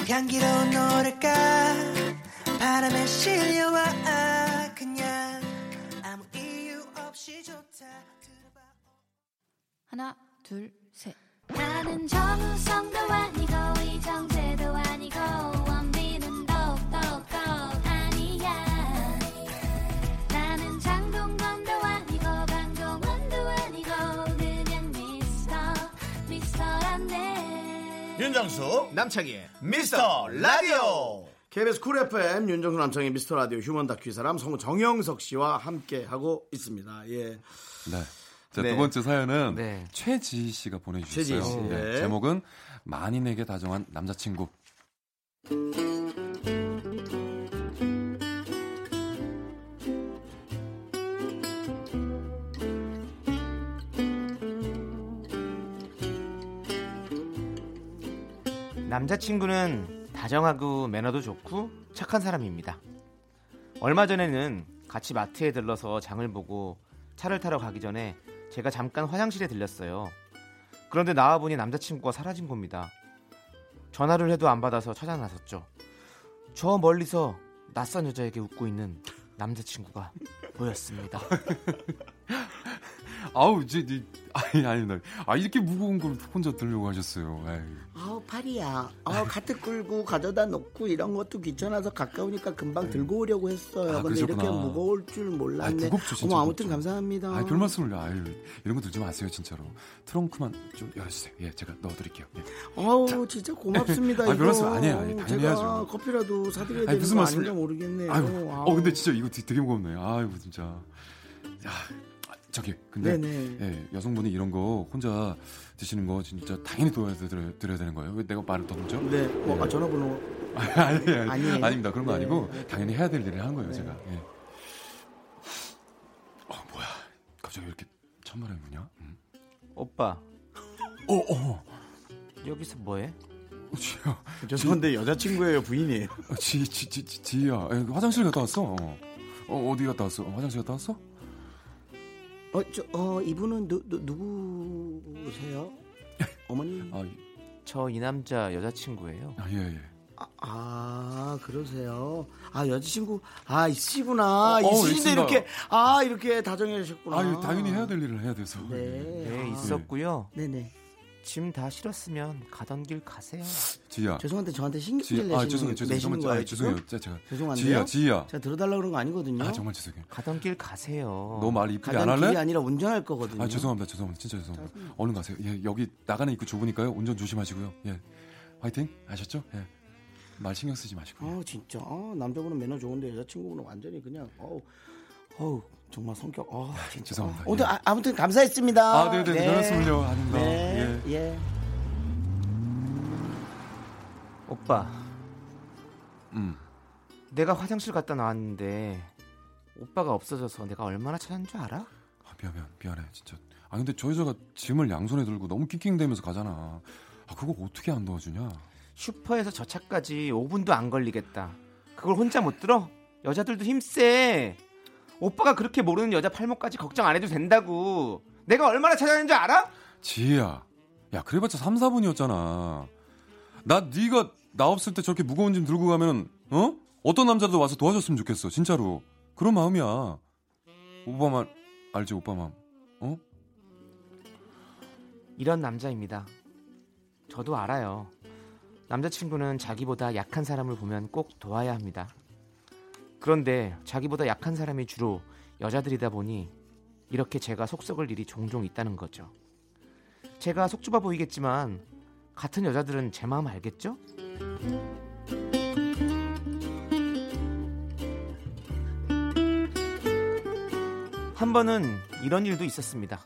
S8: 향기로운 노래가 바람에 실려와 그냥 아무 이유 없이 좋다 들어봐
S6: 하나, 둘, 셋.
S3: 나는 정우성도 아니고 이정재도 아니고 원빈은 더욱더 아니야 나는 장동건도 아니고 강동원도 아니고 그냥 미스터 미스터란데
S1: 윤정수
S2: 남창희의
S1: 어? 미스터 라디오 KBS 쿨 FM 윤정수 남창의 미스터 라디오 휴먼 다큐 이 사람 성우 정영석 씨와 함께 하고 있습니다. 예.
S9: 네. 자,
S2: 네.
S9: 두 번째 사연은
S2: 네.
S9: 최지희 씨가 보내주셨어요.
S1: 최지희 씨. 네.
S9: 제목은 만인에게 다정한 남자친구.
S2: 남자친구는 다정하고 매너도 좋고 착한 사람입니다. 얼마 전에는 같이 마트에 들러서 장을 보고 차를 타러 가기 전에 제가 잠깐 화장실에 들렸어요. 그런데 나와보니 남자친구가 사라진 겁니다. 전화를 해도 안 받아서 찾아 나섰죠. 저 멀리서 낯선 여자에게 웃고 있는 남자친구가 보였습니다.
S9: 아우, 이제, 이- 아니, 아니, 나, 아, 이렇게 무거운 걸 혼자 들려고 하셨어요. 에이.
S1: 아우 팔이야. 아우 카트 끌고 가져다 놓고 이런 것도 귀찮아서 가까우니까 금방 들고 오려고 했어요.
S9: 아, 근데 이렇게 그러셨구나. 무거울
S1: 줄
S9: 아이,
S1: 몰랐네.
S9: 무겁죠, 진짜. 무겁죠.
S1: 감사합니다.
S9: 아, 별말씀을, 아유, 이런 거 들지 마세요, 진짜로. 트렁크만 좀 열어주세요. 예, 제가 넣어드릴게요. 예.
S1: 아우 진짜 고맙습니다.
S9: 아,
S1: 이거.
S9: 별 말씀 아니에요. 아니, 당연히
S1: 제가
S9: 해야죠.
S1: 커피라도 사드려야
S9: 아니,
S1: 되는
S9: 무슨
S1: 거
S9: 말씀을-
S1: 아닌가 모르겠네요.
S9: 아유,
S1: 아우.
S9: 어, 근데 진짜 이거 되게, 되게 무겁네. 아이고, 진짜. 야, 아, 저기, 근데.
S1: 네네.
S9: 예, 여성분이 이런 거 혼자 드시는 거 진짜 당연히 도와야 드려, 드려야 되는 거예요. 왜 내가 말을 더듬죠?
S1: 네. 어, 아, 전화번호.
S9: 아니, 아니,
S1: 아니에요?
S9: 아닙니다 그런 거
S1: 네.
S9: 아니고 당연히 해야 될 일을 한 거예요, 제가. 예. 어, 뭐야? 갑자기 왜 이렇게 천만에 우냐? 음.
S2: 오빠,
S9: 어, 어.
S2: 여기서 뭐해?
S9: 지야,
S1: 죄송한데 여자친구예요, 부인이에요.
S9: 어, 지, 지, 지, 지, 지야. 예, 화장실 갔다 왔어. 어. 어, 어디 갔다 왔어? 어, 화장실 갔다 왔어?
S1: 어, 저, 어, 이분은 누, 누, 누구세요? 어머니?
S9: 아, 이-
S2: 저 이 남자 여자친구예요.
S9: 아, 예, 예.
S1: 아, 그러세요. 아, 여자친구. 아, 있으시구나.
S9: 어, 어,
S1: 있으신데
S9: 있습니다.
S1: 이렇게, 아, 이렇게 다정해 주셨구나.
S9: 아, 당연히 해야 될 일을 해야 돼서.
S1: 네.
S2: 네,
S1: 아,
S2: 있었고요.
S1: 네네.
S2: 짐 다 실었으면 가던 길 가세요.
S9: 지야.
S1: 죄송한데 저한테 신경질
S9: 지아
S1: 내시는,
S9: 죄송해요
S1: 내시는
S9: 죄송해요
S1: 거예요.
S9: 아, 죄송해요
S1: 지금?
S9: 제- 제가
S1: 죄송한데요?
S9: 지혜야 지혜야
S1: 제가 들어달라 그런 거 아니거든요.
S9: 아 정말 죄송해요
S2: 가던 길 가세요.
S9: 너 말 이쁘게 안
S1: 가던 길이
S9: 할래?
S1: 아니라 운전할 거거든요.
S9: 아 죄송합니다 죄송합니다 진짜 죄송합니다 얼른 가세요 예 여기 나가는 입구 좁으니까요 운전 조심하시고요 예 화이팅 아셨죠? 예. 예말 신경 쓰지 마시고 요
S1: 아 진짜 아, 남자분은 매너 좋은데 여자친구분은 완전히 그냥 어우 어우 정말 성격 아 진짜
S9: 죄송합니다.
S1: 아, 오늘
S9: 예.
S1: 아, 아무튼 감사했습니다.
S9: 아 네네 변했음을요 아닙니다
S1: 네,
S9: 예
S1: 예.
S2: 오빠,
S9: 음.
S2: 내가 화장실 갔다 나왔는데 오빠가 없어져서 내가 얼마나 찾은 줄 알아?
S9: 아, 미안 미안 미안해 진짜 아 근데 저 여자가 짐을 양손에 들고 너무 낑낑대면서 가잖아 아 그거 어떻게 안 도와주냐
S2: 슈퍼에서 저 차까지 5분도 안 걸리겠다. 그걸 혼자 못 들어? 여자들도 힘세. 오빠가 그렇게 모르는 여자 팔목까지 걱정 안 해도 된다고. 내가 얼마나 찾아낸 줄 알아?
S9: 지혜야 야 그래봤자 3, 4분이었잖아 나 네가 나 없을 때 저렇게 무거운 짐 들고 가면 어? 어떤 남자도 와서 도와줬으면 좋겠어 진짜로 그런 마음이야 오빠 말 알지 오빠 마음 어?
S2: 이런 남자입니다. 저도 알아요. 남자친구는 자기보다 약한 사람을 보면 꼭 도와야 합니다. 그런데 자기보다 약한 사람이 주로 여자들이다 보니 이렇게 제가 속썩을 일이 종종 있다는 거죠. 제가 속좁아 보이겠지만 같은 여자들은 제 마음 알겠죠? 한 번은 이런 일도 있었습니다.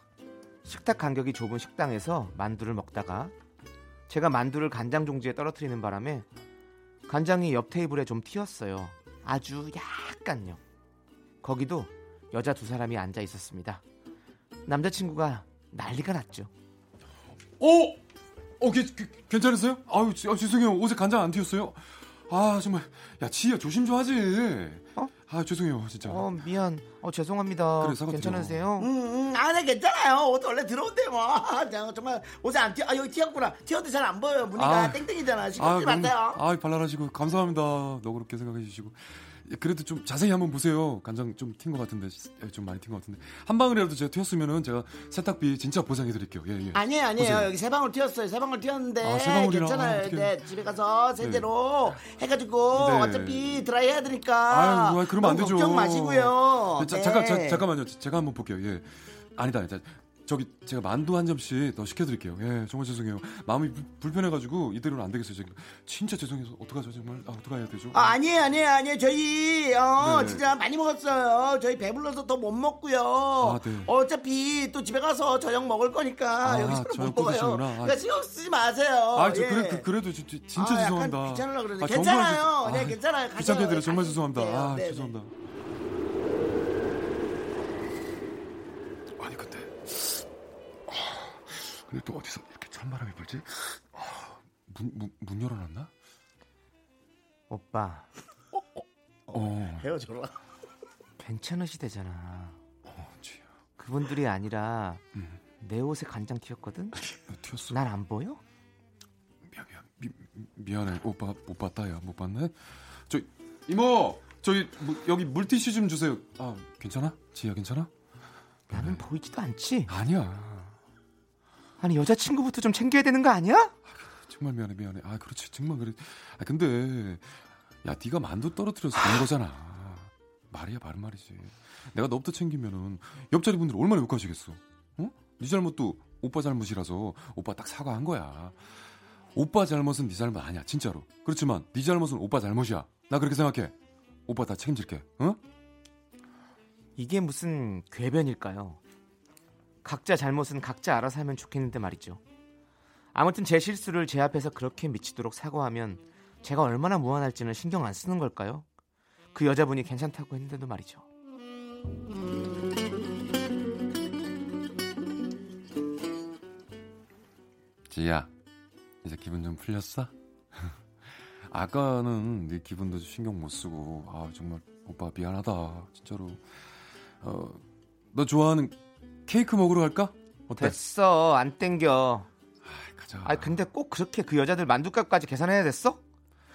S2: 식탁 간격이 좁은 식당에서 만두를 먹다가 제가 만두를 간장 종지에 떨어뜨리는 바람에 간장이 옆 테이블에 좀 튀었어요. 아주 약간요. 거기도 여자 두 사람이 앉아 있었습니다. 남자친구가 난리가 났죠.
S9: 어? 어, 괜- 괜- 괜찮으세요? 아유, 지- 아, 죄송해요. 옷에 간장 안 튀었어요? 아, 정말. 야, 지희야, 조심 좀 하지.
S2: 어?
S9: 아, 죄송해요, 진짜.
S2: 어 미안. 어 죄송합니다.
S9: 그래, 사과 드려.
S2: 괜찮으세요?
S1: 음, 음, 아, 네, 괜찮아요. 옷 원래 들어온대, 뭐. 아, 저, 정말, 옷에 안 튀어, 아, 여기 튀었구나. 튀어도 잘 안 보여요. 무늬가
S9: 아.
S1: 땡땡이잖아.
S9: 아,
S1: 신경 쓰지 마세요.
S9: 아, 발랄하시고 감사합니다. 너그럽게 생각해 주시고. 예, 그래도 좀 자세히 한번 보세요. 간장 좀 튄 것 같은데, 예, 좀 많이 튄 것 같은데. 한 방울이라도 제가 튀었으면은 제가 세탁비 진짜 보상해 드릴게요. 예, 예.
S1: 아니에요, 아니에요.
S9: 보세요.
S1: 여기 세 방울 튀었어요. 세 방울 튀었는데.
S9: 아, 세 방울이라. 아,
S1: 괜찮아요.
S9: 어떡해.
S1: 네, 집에 가서 세제로 해가지고
S9: 네.
S1: 어차피 드라이 해야 되니까.
S9: 아유, 아, 그러면 안
S1: 너무
S9: 되죠.
S1: 걱정 마시고요.
S9: 네, 자,
S1: 네.
S9: 잠깐, 자, 잠깐만요. 제가 한번 볼게요. 예. 아니다, 아니다. 저기 제가 만두 한 점씩 더 시켜드릴게요. 예, 정말 죄송해요. 마음이 불- 불편해가지고 이대로는 안 되겠어요. 지금 진짜 죄송해서 어떡하죠 정말? 아, 어떡해야 되죠?
S1: 아, 아니에요, 아니에요, 아니에요. 저희, 어,
S9: 네.
S1: 진짜 많이 먹었어요. 저희 배불러서 더 못 먹고요.
S9: 네.
S1: 어차피 또 집에 가서 저녁 먹을 거니까
S9: 아,
S1: 여기서
S9: 저녁
S1: 못 먹어요.
S9: 끊으시구나. 아.
S1: 그러니까 신경 쓰지 마세요.
S9: 아, 저
S1: 예.
S9: 그래, 그, 래도 진짜, 진짜
S1: 아, 약간
S9: 죄송합니다.
S1: 귀찮으려고 그러는데
S9: 정말
S1: 괜찮아요.
S9: 죄송-
S1: 네, 괜찮아요. 가세요.
S9: 귀찮게 드려
S1: 가시면
S9: 정말 죄송합니다.
S1: 돼요.
S9: 아,
S1: 네, 네.
S9: 죄송합니다. 아니 근데 아, 근데 또 어디서 이렇게 찬바람이 불지? 아, 문, 문, 문 열어놨나?
S2: 오빠
S9: 어,
S1: 헤어져라.
S2: 괜찮으시대잖아.
S9: 어, 쥐야.
S2: 그분들이 아니라 내 옷에 간장 튀었거든.
S9: 나 튀었어.
S2: 난 안 보여?
S9: 미안, 미안, 미, 미안해. 오빠 못 봤다야. 못 봤네. 저 이모, 저기 무- 여기 물티슈 좀 주세요. 아, 괜찮아? 지희야 괜찮아?
S2: 나는 보이지도 않지.
S9: 아니야.
S2: 아니 여자친구부터 좀 챙겨야 되는 거 아니야?
S9: 정말 미안해 미안해 아 그렇지 정말 그래 아 근데 야 네가 만두 떨어뜨려서 된 거잖아 말이야 바른 말이지 내가 너부터 챙기면은 옆자리 분들 얼마나 욕하시겠어 어? 네 잘못도 오빠 잘못이라서 오빠 딱 사과한 거야 오빠 잘못은 네 잘못 아니야 진짜로 그렇지만 네 잘못은 오빠 잘못이야 나 그렇게 생각해 오빠 다 책임질게 응?
S2: 이게 무슨 궤변일까요? 각자 잘못은 각자 알아서 하면 좋겠는데 말이죠. 아무튼 제 실수를 제 앞에서 그렇게 미치도록 사과하면 제가 얼마나 무안할지는 신경 안 쓰는 걸까요? 그 여자분이 괜찮다고 했는데도 말이죠.
S9: 지희야 이제 기분 좀 풀렸어? 아까는 네 기분도 신경 못 쓰고 아 정말 오빠 미안하다 진짜로 어, 너 좋아하는 케이크 먹으러 갈까? 어때?
S2: 됐어, 안 땡겨.
S9: 아이, 가자
S2: 네. 아 근데 꼭 그렇게 그 여자들 만두값까지 계산해야 됐어?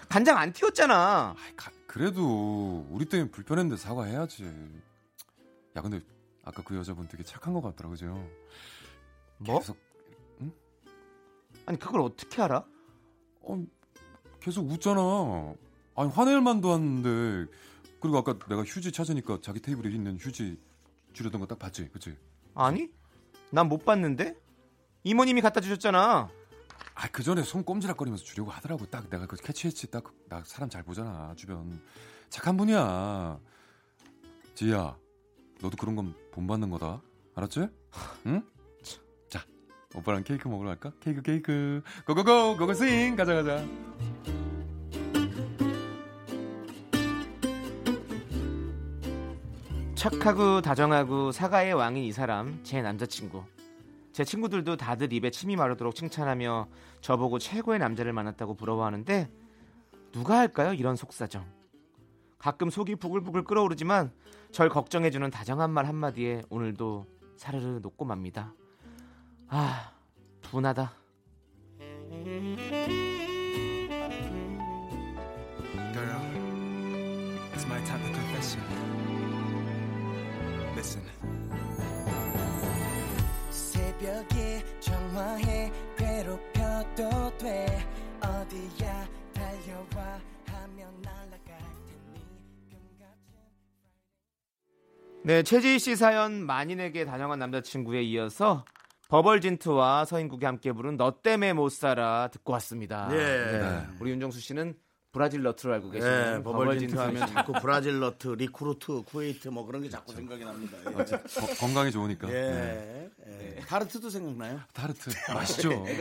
S2: 간장 안 튀었잖아.
S9: 아이, 가- 그래도 우리 때문에 불편했는데 사과해야지 야 근데 아까 그 여자분 되게 착한 것 같더라 그죠?
S2: 뭐?
S9: 계속,
S2: 아니 그걸 어떻게 알아?
S9: 어, 계속 웃잖아 아니 화낼 만도 하는데 그리고 아까 내가 휴지 찾으니까 자기 테이블에 있는 휴지 주려던 거 딱 봤지 그치?
S2: 아니, 난 못 봤는데. 이모님이 갖다 주셨잖아.
S9: 아, 그 전에 손 꼼지락거리면서 주려고 하더라고. 딱 내가 그 캐치했지. 딱 나 사람 잘 보잖아. 주변 착한 분이야. 지희야, 너도 그런 건 본받는 거다. 알았지? 응? 자, 오빠랑 케이크 먹으러 갈까? 케이크 케이크. 고고고 고고 스윙 가자 가자.
S2: 착하고 다정하고 사과의 왕인 이 사람 제 남자친구 제 친구들도 다들 입에 침이 마르도록 칭찬하며 저보고 최고의 남자를 만났다고 부러워하는데 누가 할까요 이런 속사정 가끔 속이 부글부글 끓어오르지만 절 걱정해주는 다정한 말 한마디에 오늘도 사르르 녹고 맙니다 아 분하다
S8: Girl, it's my time to confession. Listen. 새벽에 정화해 괴롭혀도 돼 어디야 달려와 하면 날아갈 테니
S2: 네, 최지희 씨 사연 만인에게 다정한 남자친구에 이어서 버벌진트와 서인국이 함께 부른 너 땜에 못 살아 듣고 왔습니다.
S1: 예.
S2: 우리 윤정수 씨는 브라질 너트로 알고 계시는
S1: 예,
S2: 네,
S1: 버벌진트 하면
S2: 버벌진트
S1: 자꾸 브라질 너트, 리쿠루트, 쿠웨이트 뭐 그런 게 자꾸 생각이 납니다. 예.
S9: 거- 건강이 좋으니까.
S1: 예.
S9: 그렇죠. 네.
S1: 예. 타르트도 생각나요? 뭐
S9: 타르트
S1: 네.
S9: 맛있죠.
S1: 예,
S9: 애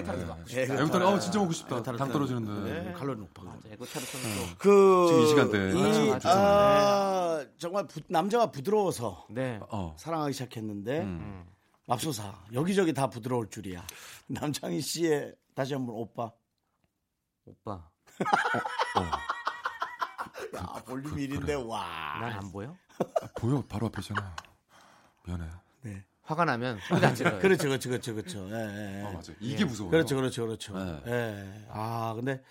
S9: 국타르어 진짜 먹고 싶다. 당 떨어지는데.
S1: 네, 칼로리 높아. 가
S2: 에고타르트는 또
S1: 그
S9: 지금 이 시간대에
S1: 이,
S9: 맞죠,
S1: 아, 정말 부- 남자가 부드러워서
S2: 네.
S9: 어.
S1: 사랑하기 시작했는데 맙소사 여기저기 다 부드러울 줄이야. 남창희 씨의 다시 한번 오빠.
S2: 오빠
S9: 어,
S1: 아, 볼륨
S9: 그,
S1: 1인데 와.
S2: 난 안 보여?
S9: 보여 바로 앞이잖아. 미안해.
S1: 네.
S9: 어,
S2: 화가 나면 소리 안 질러요.
S1: 그렇죠, 그렇죠, 그렇죠, 그렇죠. 예, 예.
S9: 맞아. 이게 무서워.
S1: 그렇죠, 그렇죠, 그렇죠.
S9: 네.
S1: 예. 아, 근데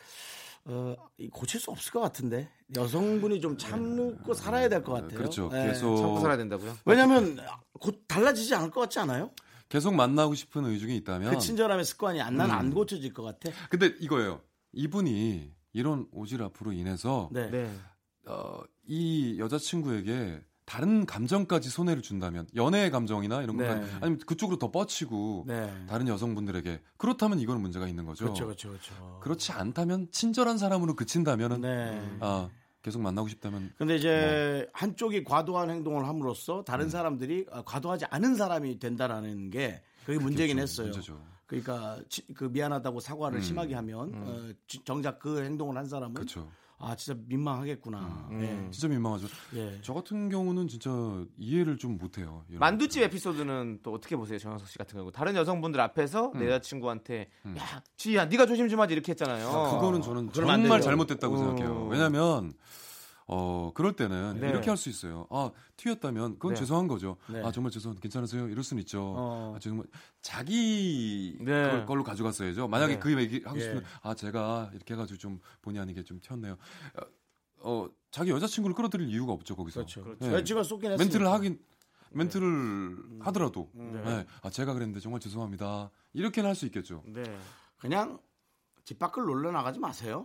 S1: 어, 이 고칠 수 없을 것 같은데 여성분이 좀 참고 살아야 될 것 같아요.
S9: 그렇죠.
S1: 예.
S9: 계속
S2: 참고 살아야 된다고요?
S1: 음. 왜냐면 곧 달라지지 않을 것 같지 않아요?
S9: 계속 만나고 싶은 의중이 있다면.
S1: 그 친절함의 습관이 안
S9: 음.
S1: 난 안 고쳐질 것 같아.
S9: 근데 이거예요. 이분이 이런 오지랖으로 인해서
S1: 네.
S2: 네.
S9: 어, 이 여자친구에게 다른 감정까지 손해를 준다면 연애의 감정이나 이런 것까지
S1: 네.
S9: 아니면 그쪽으로 더 뻗치고
S1: 네.
S9: 다른 여성분들에게 그렇다면 이건 문제가 있는 거죠.
S1: 그렇죠, 그렇죠, 그렇죠.
S9: 그렇지 않다면 친절한 사람으로 그친다면은
S1: 네.
S9: 아, 계속 만나고 싶다면
S1: 근데 이제
S9: 네.
S1: 한쪽이 과도한 행동을 함으로써 다른
S9: 음.
S1: 사람들이 아, 과도하지 않은 사람이 된다라는 게 그게 문제긴 했어요.
S9: 그렇죠, 문제죠. 음.
S1: 그러니까 치- 그 미안하다고 사과를 심하게 하면 어, 지- 정작 그 행동을 한 사람은
S9: 그렇죠. 음.
S1: 아 진짜 민망하겠구나. 예.
S9: 진짜 민망하죠.
S1: 예.
S9: 저 같은 경우는 진짜 이해를 좀 못해요. 이런
S2: 만두집 에피소드는 또 어떻게 보세요, 정영석 씨 같은 경우? 다른 여성분들 앞에서 내 여자친구한테 야, 지희야, 네가 조심 좀 하지 이렇게 했잖아요.
S9: 그거는 저는
S1: 그러면 안
S9: 정말
S1: 돼요.
S9: 잘못됐다고
S2: 어.
S9: 생각해요. 왜냐면 어 그럴 때는
S2: 네.
S9: 이렇게 할 수 있어요. 아 튀었다면 그건
S2: 네.
S9: 죄송한 거죠.
S1: 네.
S9: 아 정말 죄송 괜찮으세요? 이럴 수는 있죠.
S1: 어.
S9: 아, 정말 자기
S2: 네.
S9: 걸- 걸로 가져갔어야죠. 만약에
S2: 네.
S9: 그 얘기 하고 싶으면
S1: 예.
S9: 아 제가 이렇게 해가지고 좀 본의 아니게 좀 튀었네요. 어, 어, 자기 여자친구를 끌어들일 이유가 없죠 거기서.
S1: 그렇죠.
S9: 네.
S1: 여자친구가 쏟긴 했어요.
S9: 멘트를 하긴
S1: 네.
S9: 멘트를
S1: 음.
S9: 하더라도 네. 아 제가 그랬는데 정말 죄송합니다. 이렇게는 할 수 있겠죠.
S2: 네.
S1: 그냥 집 밖을 놀러 나가지 마세요.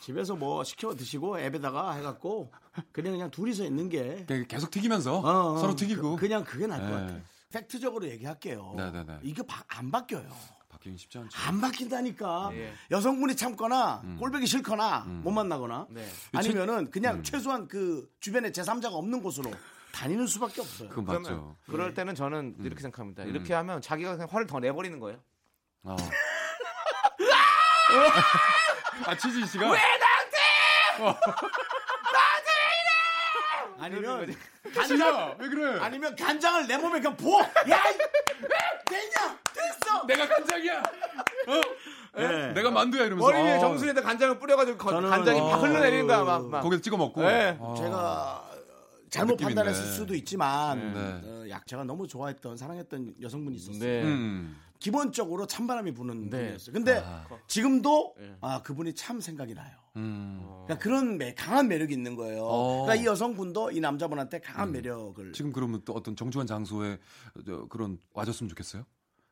S1: 집에서 뭐 시켜 드시고 앱에다가 해갖고 그냥 그냥 둘이서 있는 게
S9: 그냥 계속 튀기면서
S1: 어, 어,
S9: 서로 튀기고
S1: 그, 냥 그게 나을 것
S9: 예.
S1: 같아요. 팩트적으로 얘기할게요.
S9: 네네네.
S1: 이거 바- 안 바뀌어요.
S9: 바뀌긴 쉽지 않죠.
S1: 안 바뀐다니까.
S2: 예.
S1: 여성분이 참거나
S9: 음.
S1: 꼴보기 싫거나 못 만나거나
S2: 네.
S1: 아니면은
S9: 음.
S1: 그냥 최소한 그 주변에 제3자가 없는 곳으로 다니는 수밖에 없어요.
S9: 그건
S2: 그러면
S9: 맞죠.
S2: 그럴 때는 저는 이렇게 생각합니다. 이렇게 하면 자기가 그냥 화를 더 내버리는 거예요.
S9: 아. 아 치즈 씨가
S1: 아니면
S9: 치즈야 왜 그래?
S1: 아니면 간장을 내 몸에 그냥 부어. 야, 이- 됐냐? 됐어.
S9: 내가 간장이야. 어?
S1: 예.
S9: 내가 만두야 이러면서
S2: 머리 위에
S9: 아,
S2: 정수리에다 간장을 뿌려가지고 거-
S1: 저는-
S2: 간장이
S1: 어.
S2: 막 흘러내리는 거야. 막, 막.
S9: 거기서 찍어 먹고.
S2: 예.
S9: 아.
S1: 네, 제가 잘못
S9: 느낌
S1: 판단했을
S9: 있네.
S1: 수도 있지만
S9: 네.
S1: 어, 약자가 너무 좋아했던 사랑했던 여성분이 있었어요.
S2: 네.
S9: 음.
S1: 기본적으로 찬바람이 부는
S2: 네.
S1: 분이었어요. 근데
S9: 아.
S1: 지금도
S9: 예.
S1: 아 그분이 참 생각이 나요.
S9: 음.
S1: 그러니까 그런 매- 강한 매력이 있는 거예요.
S9: 어. 음.
S1: 그러니까 이 여성분도 이 남자분한테 강한 매력을
S9: 지금 그러면 또 어떤 정중한 장소에 저, 그런 와줬으면 좋겠어요.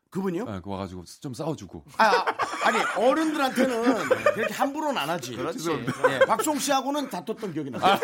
S1: 그분이요?
S9: 예, 그 와가지고 좀 싸워주고.
S1: 아, 아, 아니 어른들한테는 그렇게 함부로는 안 하지.
S2: 그렇지.
S1: 예, 박송 씨하고는 다퉜던 기억이
S9: 아.
S1: 나요.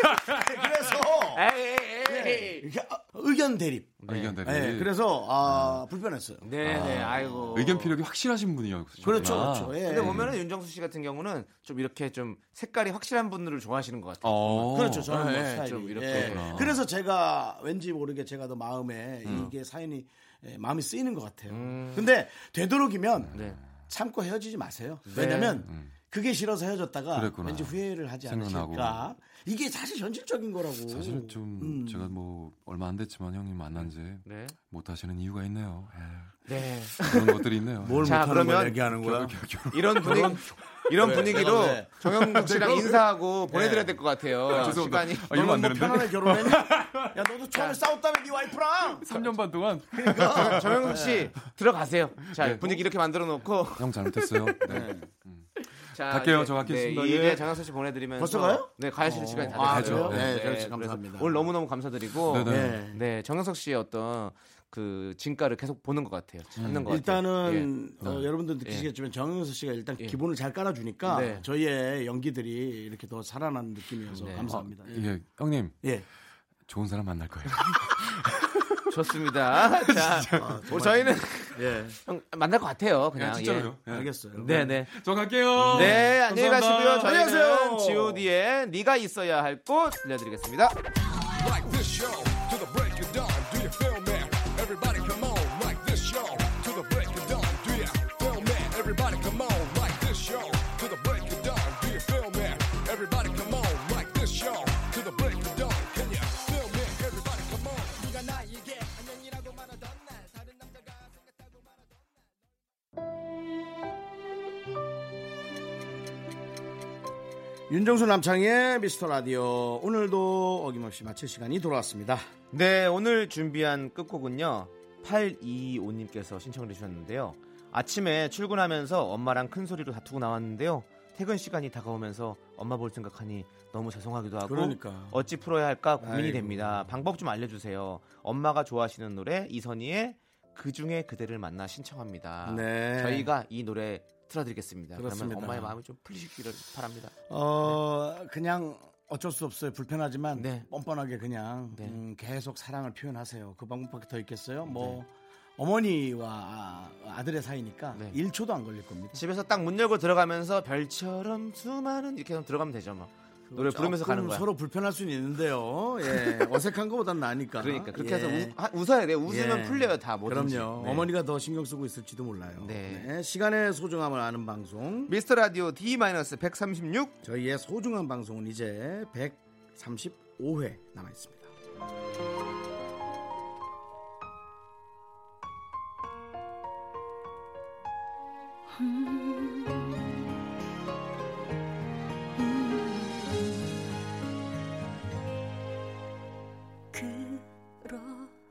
S1: 예, 그래서
S2: 에이, 에이, 에이.
S1: 이렇게 아, 의견 대립.
S9: 의견 대립.
S1: 예, 그래서 아, 불편했어요.
S2: 네, 네, 아이고.
S9: 의견 네. 피력이 확실하신 분이었죠.
S1: 그렇죠,
S9: 아.
S1: 그렇죠. 예.
S2: 근데 보면은 윤정수 씨 같은 경우는 좀 이렇게 좀 색깔이 확실한 분들을 좋아하시는 것 같아요.
S9: 어.
S1: 그렇죠. 저는 뭐
S2: 예,
S1: 스타일이.
S2: 좀 이렇게.
S1: 예. 그래서 제가 왠지 모르게 제가 더 마음에 이게 사연이 예, 마음이 쓰이는 것 같아요. 근데 되도록이면
S2: 네.
S1: 참고 헤어지지 마세요. 왜냐면 그게 싫어서 헤어졌다가
S9: 네. 음. 그랬구나.
S1: 왠지 후회를 하지
S9: 생각나고.
S1: 않으실까. 이게 사실 현실적인 거라고.
S9: 사실은 좀 제가 뭐 얼마 안 됐지만 형님 만난 지
S2: 네.
S9: 못 하시는 이유가 있네요. 예.
S2: 네.
S9: 그런 것들이 있네요.
S1: 뭘
S2: 자,
S1: 못하는 걸
S2: 그러면
S1: 얘기하는 거야.
S2: 이런 분위기, 이런 분위기로
S1: 네.
S2: 정영국 씨랑 인사하고 보내드려야 될 것 같아요.
S9: 네. 죄송합니다.
S2: 시간이.
S9: 아, 이러면 안 되는데.
S1: 뭐 편안하게 결혼했냐? 야 너도 처음에 싸웠다며 네 와이프랑.
S9: 3년 반 동안
S2: 정- 정영국 씨 들어가세요. 자
S9: 네.
S2: 분위기 이렇게 만들어 놓고
S9: 형 잘못했어요. 네.
S2: 자,
S9: 갈게요.
S2: 이제,
S9: 저 가겠습니다.
S2: 네,
S9: 예.
S2: 이제 장학선 씨 보내드리면서
S1: 벌써 가요?
S2: 네 가시는 시간이 다
S1: 아, 그래요?
S2: 됐어요.
S1: 네, 정혁 씨 감사합니다.
S2: 그래서 오늘 너무 너무 감사드리고
S9: 네네.
S2: 네, 정영석 씨의 어떤 그 진가를 계속 보는 것 같아요. 예. 찾는 것 같아요.
S1: 일단은 어, 여러분들 느끼시겠지만 정영수 씨가 일단 기본을 잘 깔아주니까
S2: 예. 네.
S1: 저희의 연기들이 이렇게 더 살아나는 느낌이어서
S2: 네.
S1: 감사합니다. 예.
S9: 예, 형님
S1: 예.
S9: 좋은 사람 만날 거예요.
S2: 좋습니다. 자, 뭐 저희는
S1: 예.
S2: 형, 만날 것 같아요. 그냥.
S9: 야, 진짜로요. 예.
S1: 알겠어요.
S2: 네, 네.
S9: 저 갈게요.
S2: 네, 안녕히 가시고요.
S9: 감사합니다.
S2: 저희는
S1: 안녕하세요.
S2: G.O.D의 네가 있어야 할 꽃 들려드리겠습니다.
S10: Like this show to the break of dawn. Do you feel me? Everybody come on. Like this show to the break of dawn. Do you feel me? Everybody come on. Like this show to the break of dawn. Do you feel me? Everybody come on. Like this show to the break of dawn. Can you feel me? Everybody come on. 네가 나에게 안녕이라고 말하던 날 다른 남자가 생겼다고 말하던
S1: 윤정수 남창의 미스터 라디오 오늘도 어김없이 마칠 시간이 돌아왔습니다.
S2: 네, 오늘 준비한 끝곡은요. 825님께서 신청을 해주셨는데요. 아침에 출근하면서 엄마랑 큰 소리로 다투고 나왔는데요. 퇴근 시간이 다가오면서 엄마 볼 생각하니 너무 죄송하기도 하고
S1: 그러니까.
S2: 어찌 풀어야 할까 고민이
S1: 아이고.
S2: 됩니다. 방법 좀 알려주세요. 엄마가 좋아하시는 노래 이선희의 그 중에 그대를 만나 신청합니다.
S1: 네.
S2: 저희가 이 노래 틀어드리겠습니다. 그러면
S1: 그렇습니다.
S2: 엄마의 마음이 좀 풀리시기를 바랍니다.
S1: 어 그냥 어쩔 수 없어요. 불편하지만
S2: 네.
S1: 뻔뻔하게 그냥
S2: 네.
S1: 음, 계속 사랑을 표현하세요. 그 방법밖에 더 있겠어요. 뭐 어머니와 아, 들의 사이니까
S2: 네.
S1: 1초도 안 걸릴 겁니다.
S2: 집에서 딱 문 열고 들어가면서 별처럼 수많은 이렇게 하면 들어가면 되죠 아, 뭐 노래 부르면서
S1: 조금
S2: 가는 거야.
S1: 서로 불편할 수는 있는데요. 예, 어색한 것보단 나니까.
S2: 그러니까 그렇게 해서
S1: 예.
S2: 우, 아, 웃어야 돼. 웃으면
S1: 예.
S2: 풀려요 다 뭐든지.
S1: 그럼요.
S2: 네.
S1: 어머니가 더 신경 쓰고 있을지도 몰라요.
S2: 네.
S1: 네, 시간의 소중함을 아는 방송.
S2: 미스터 라디오 D 136
S1: 저희의 소중한 방송은 이제 135회 남아 있습니다.
S4: 그렇게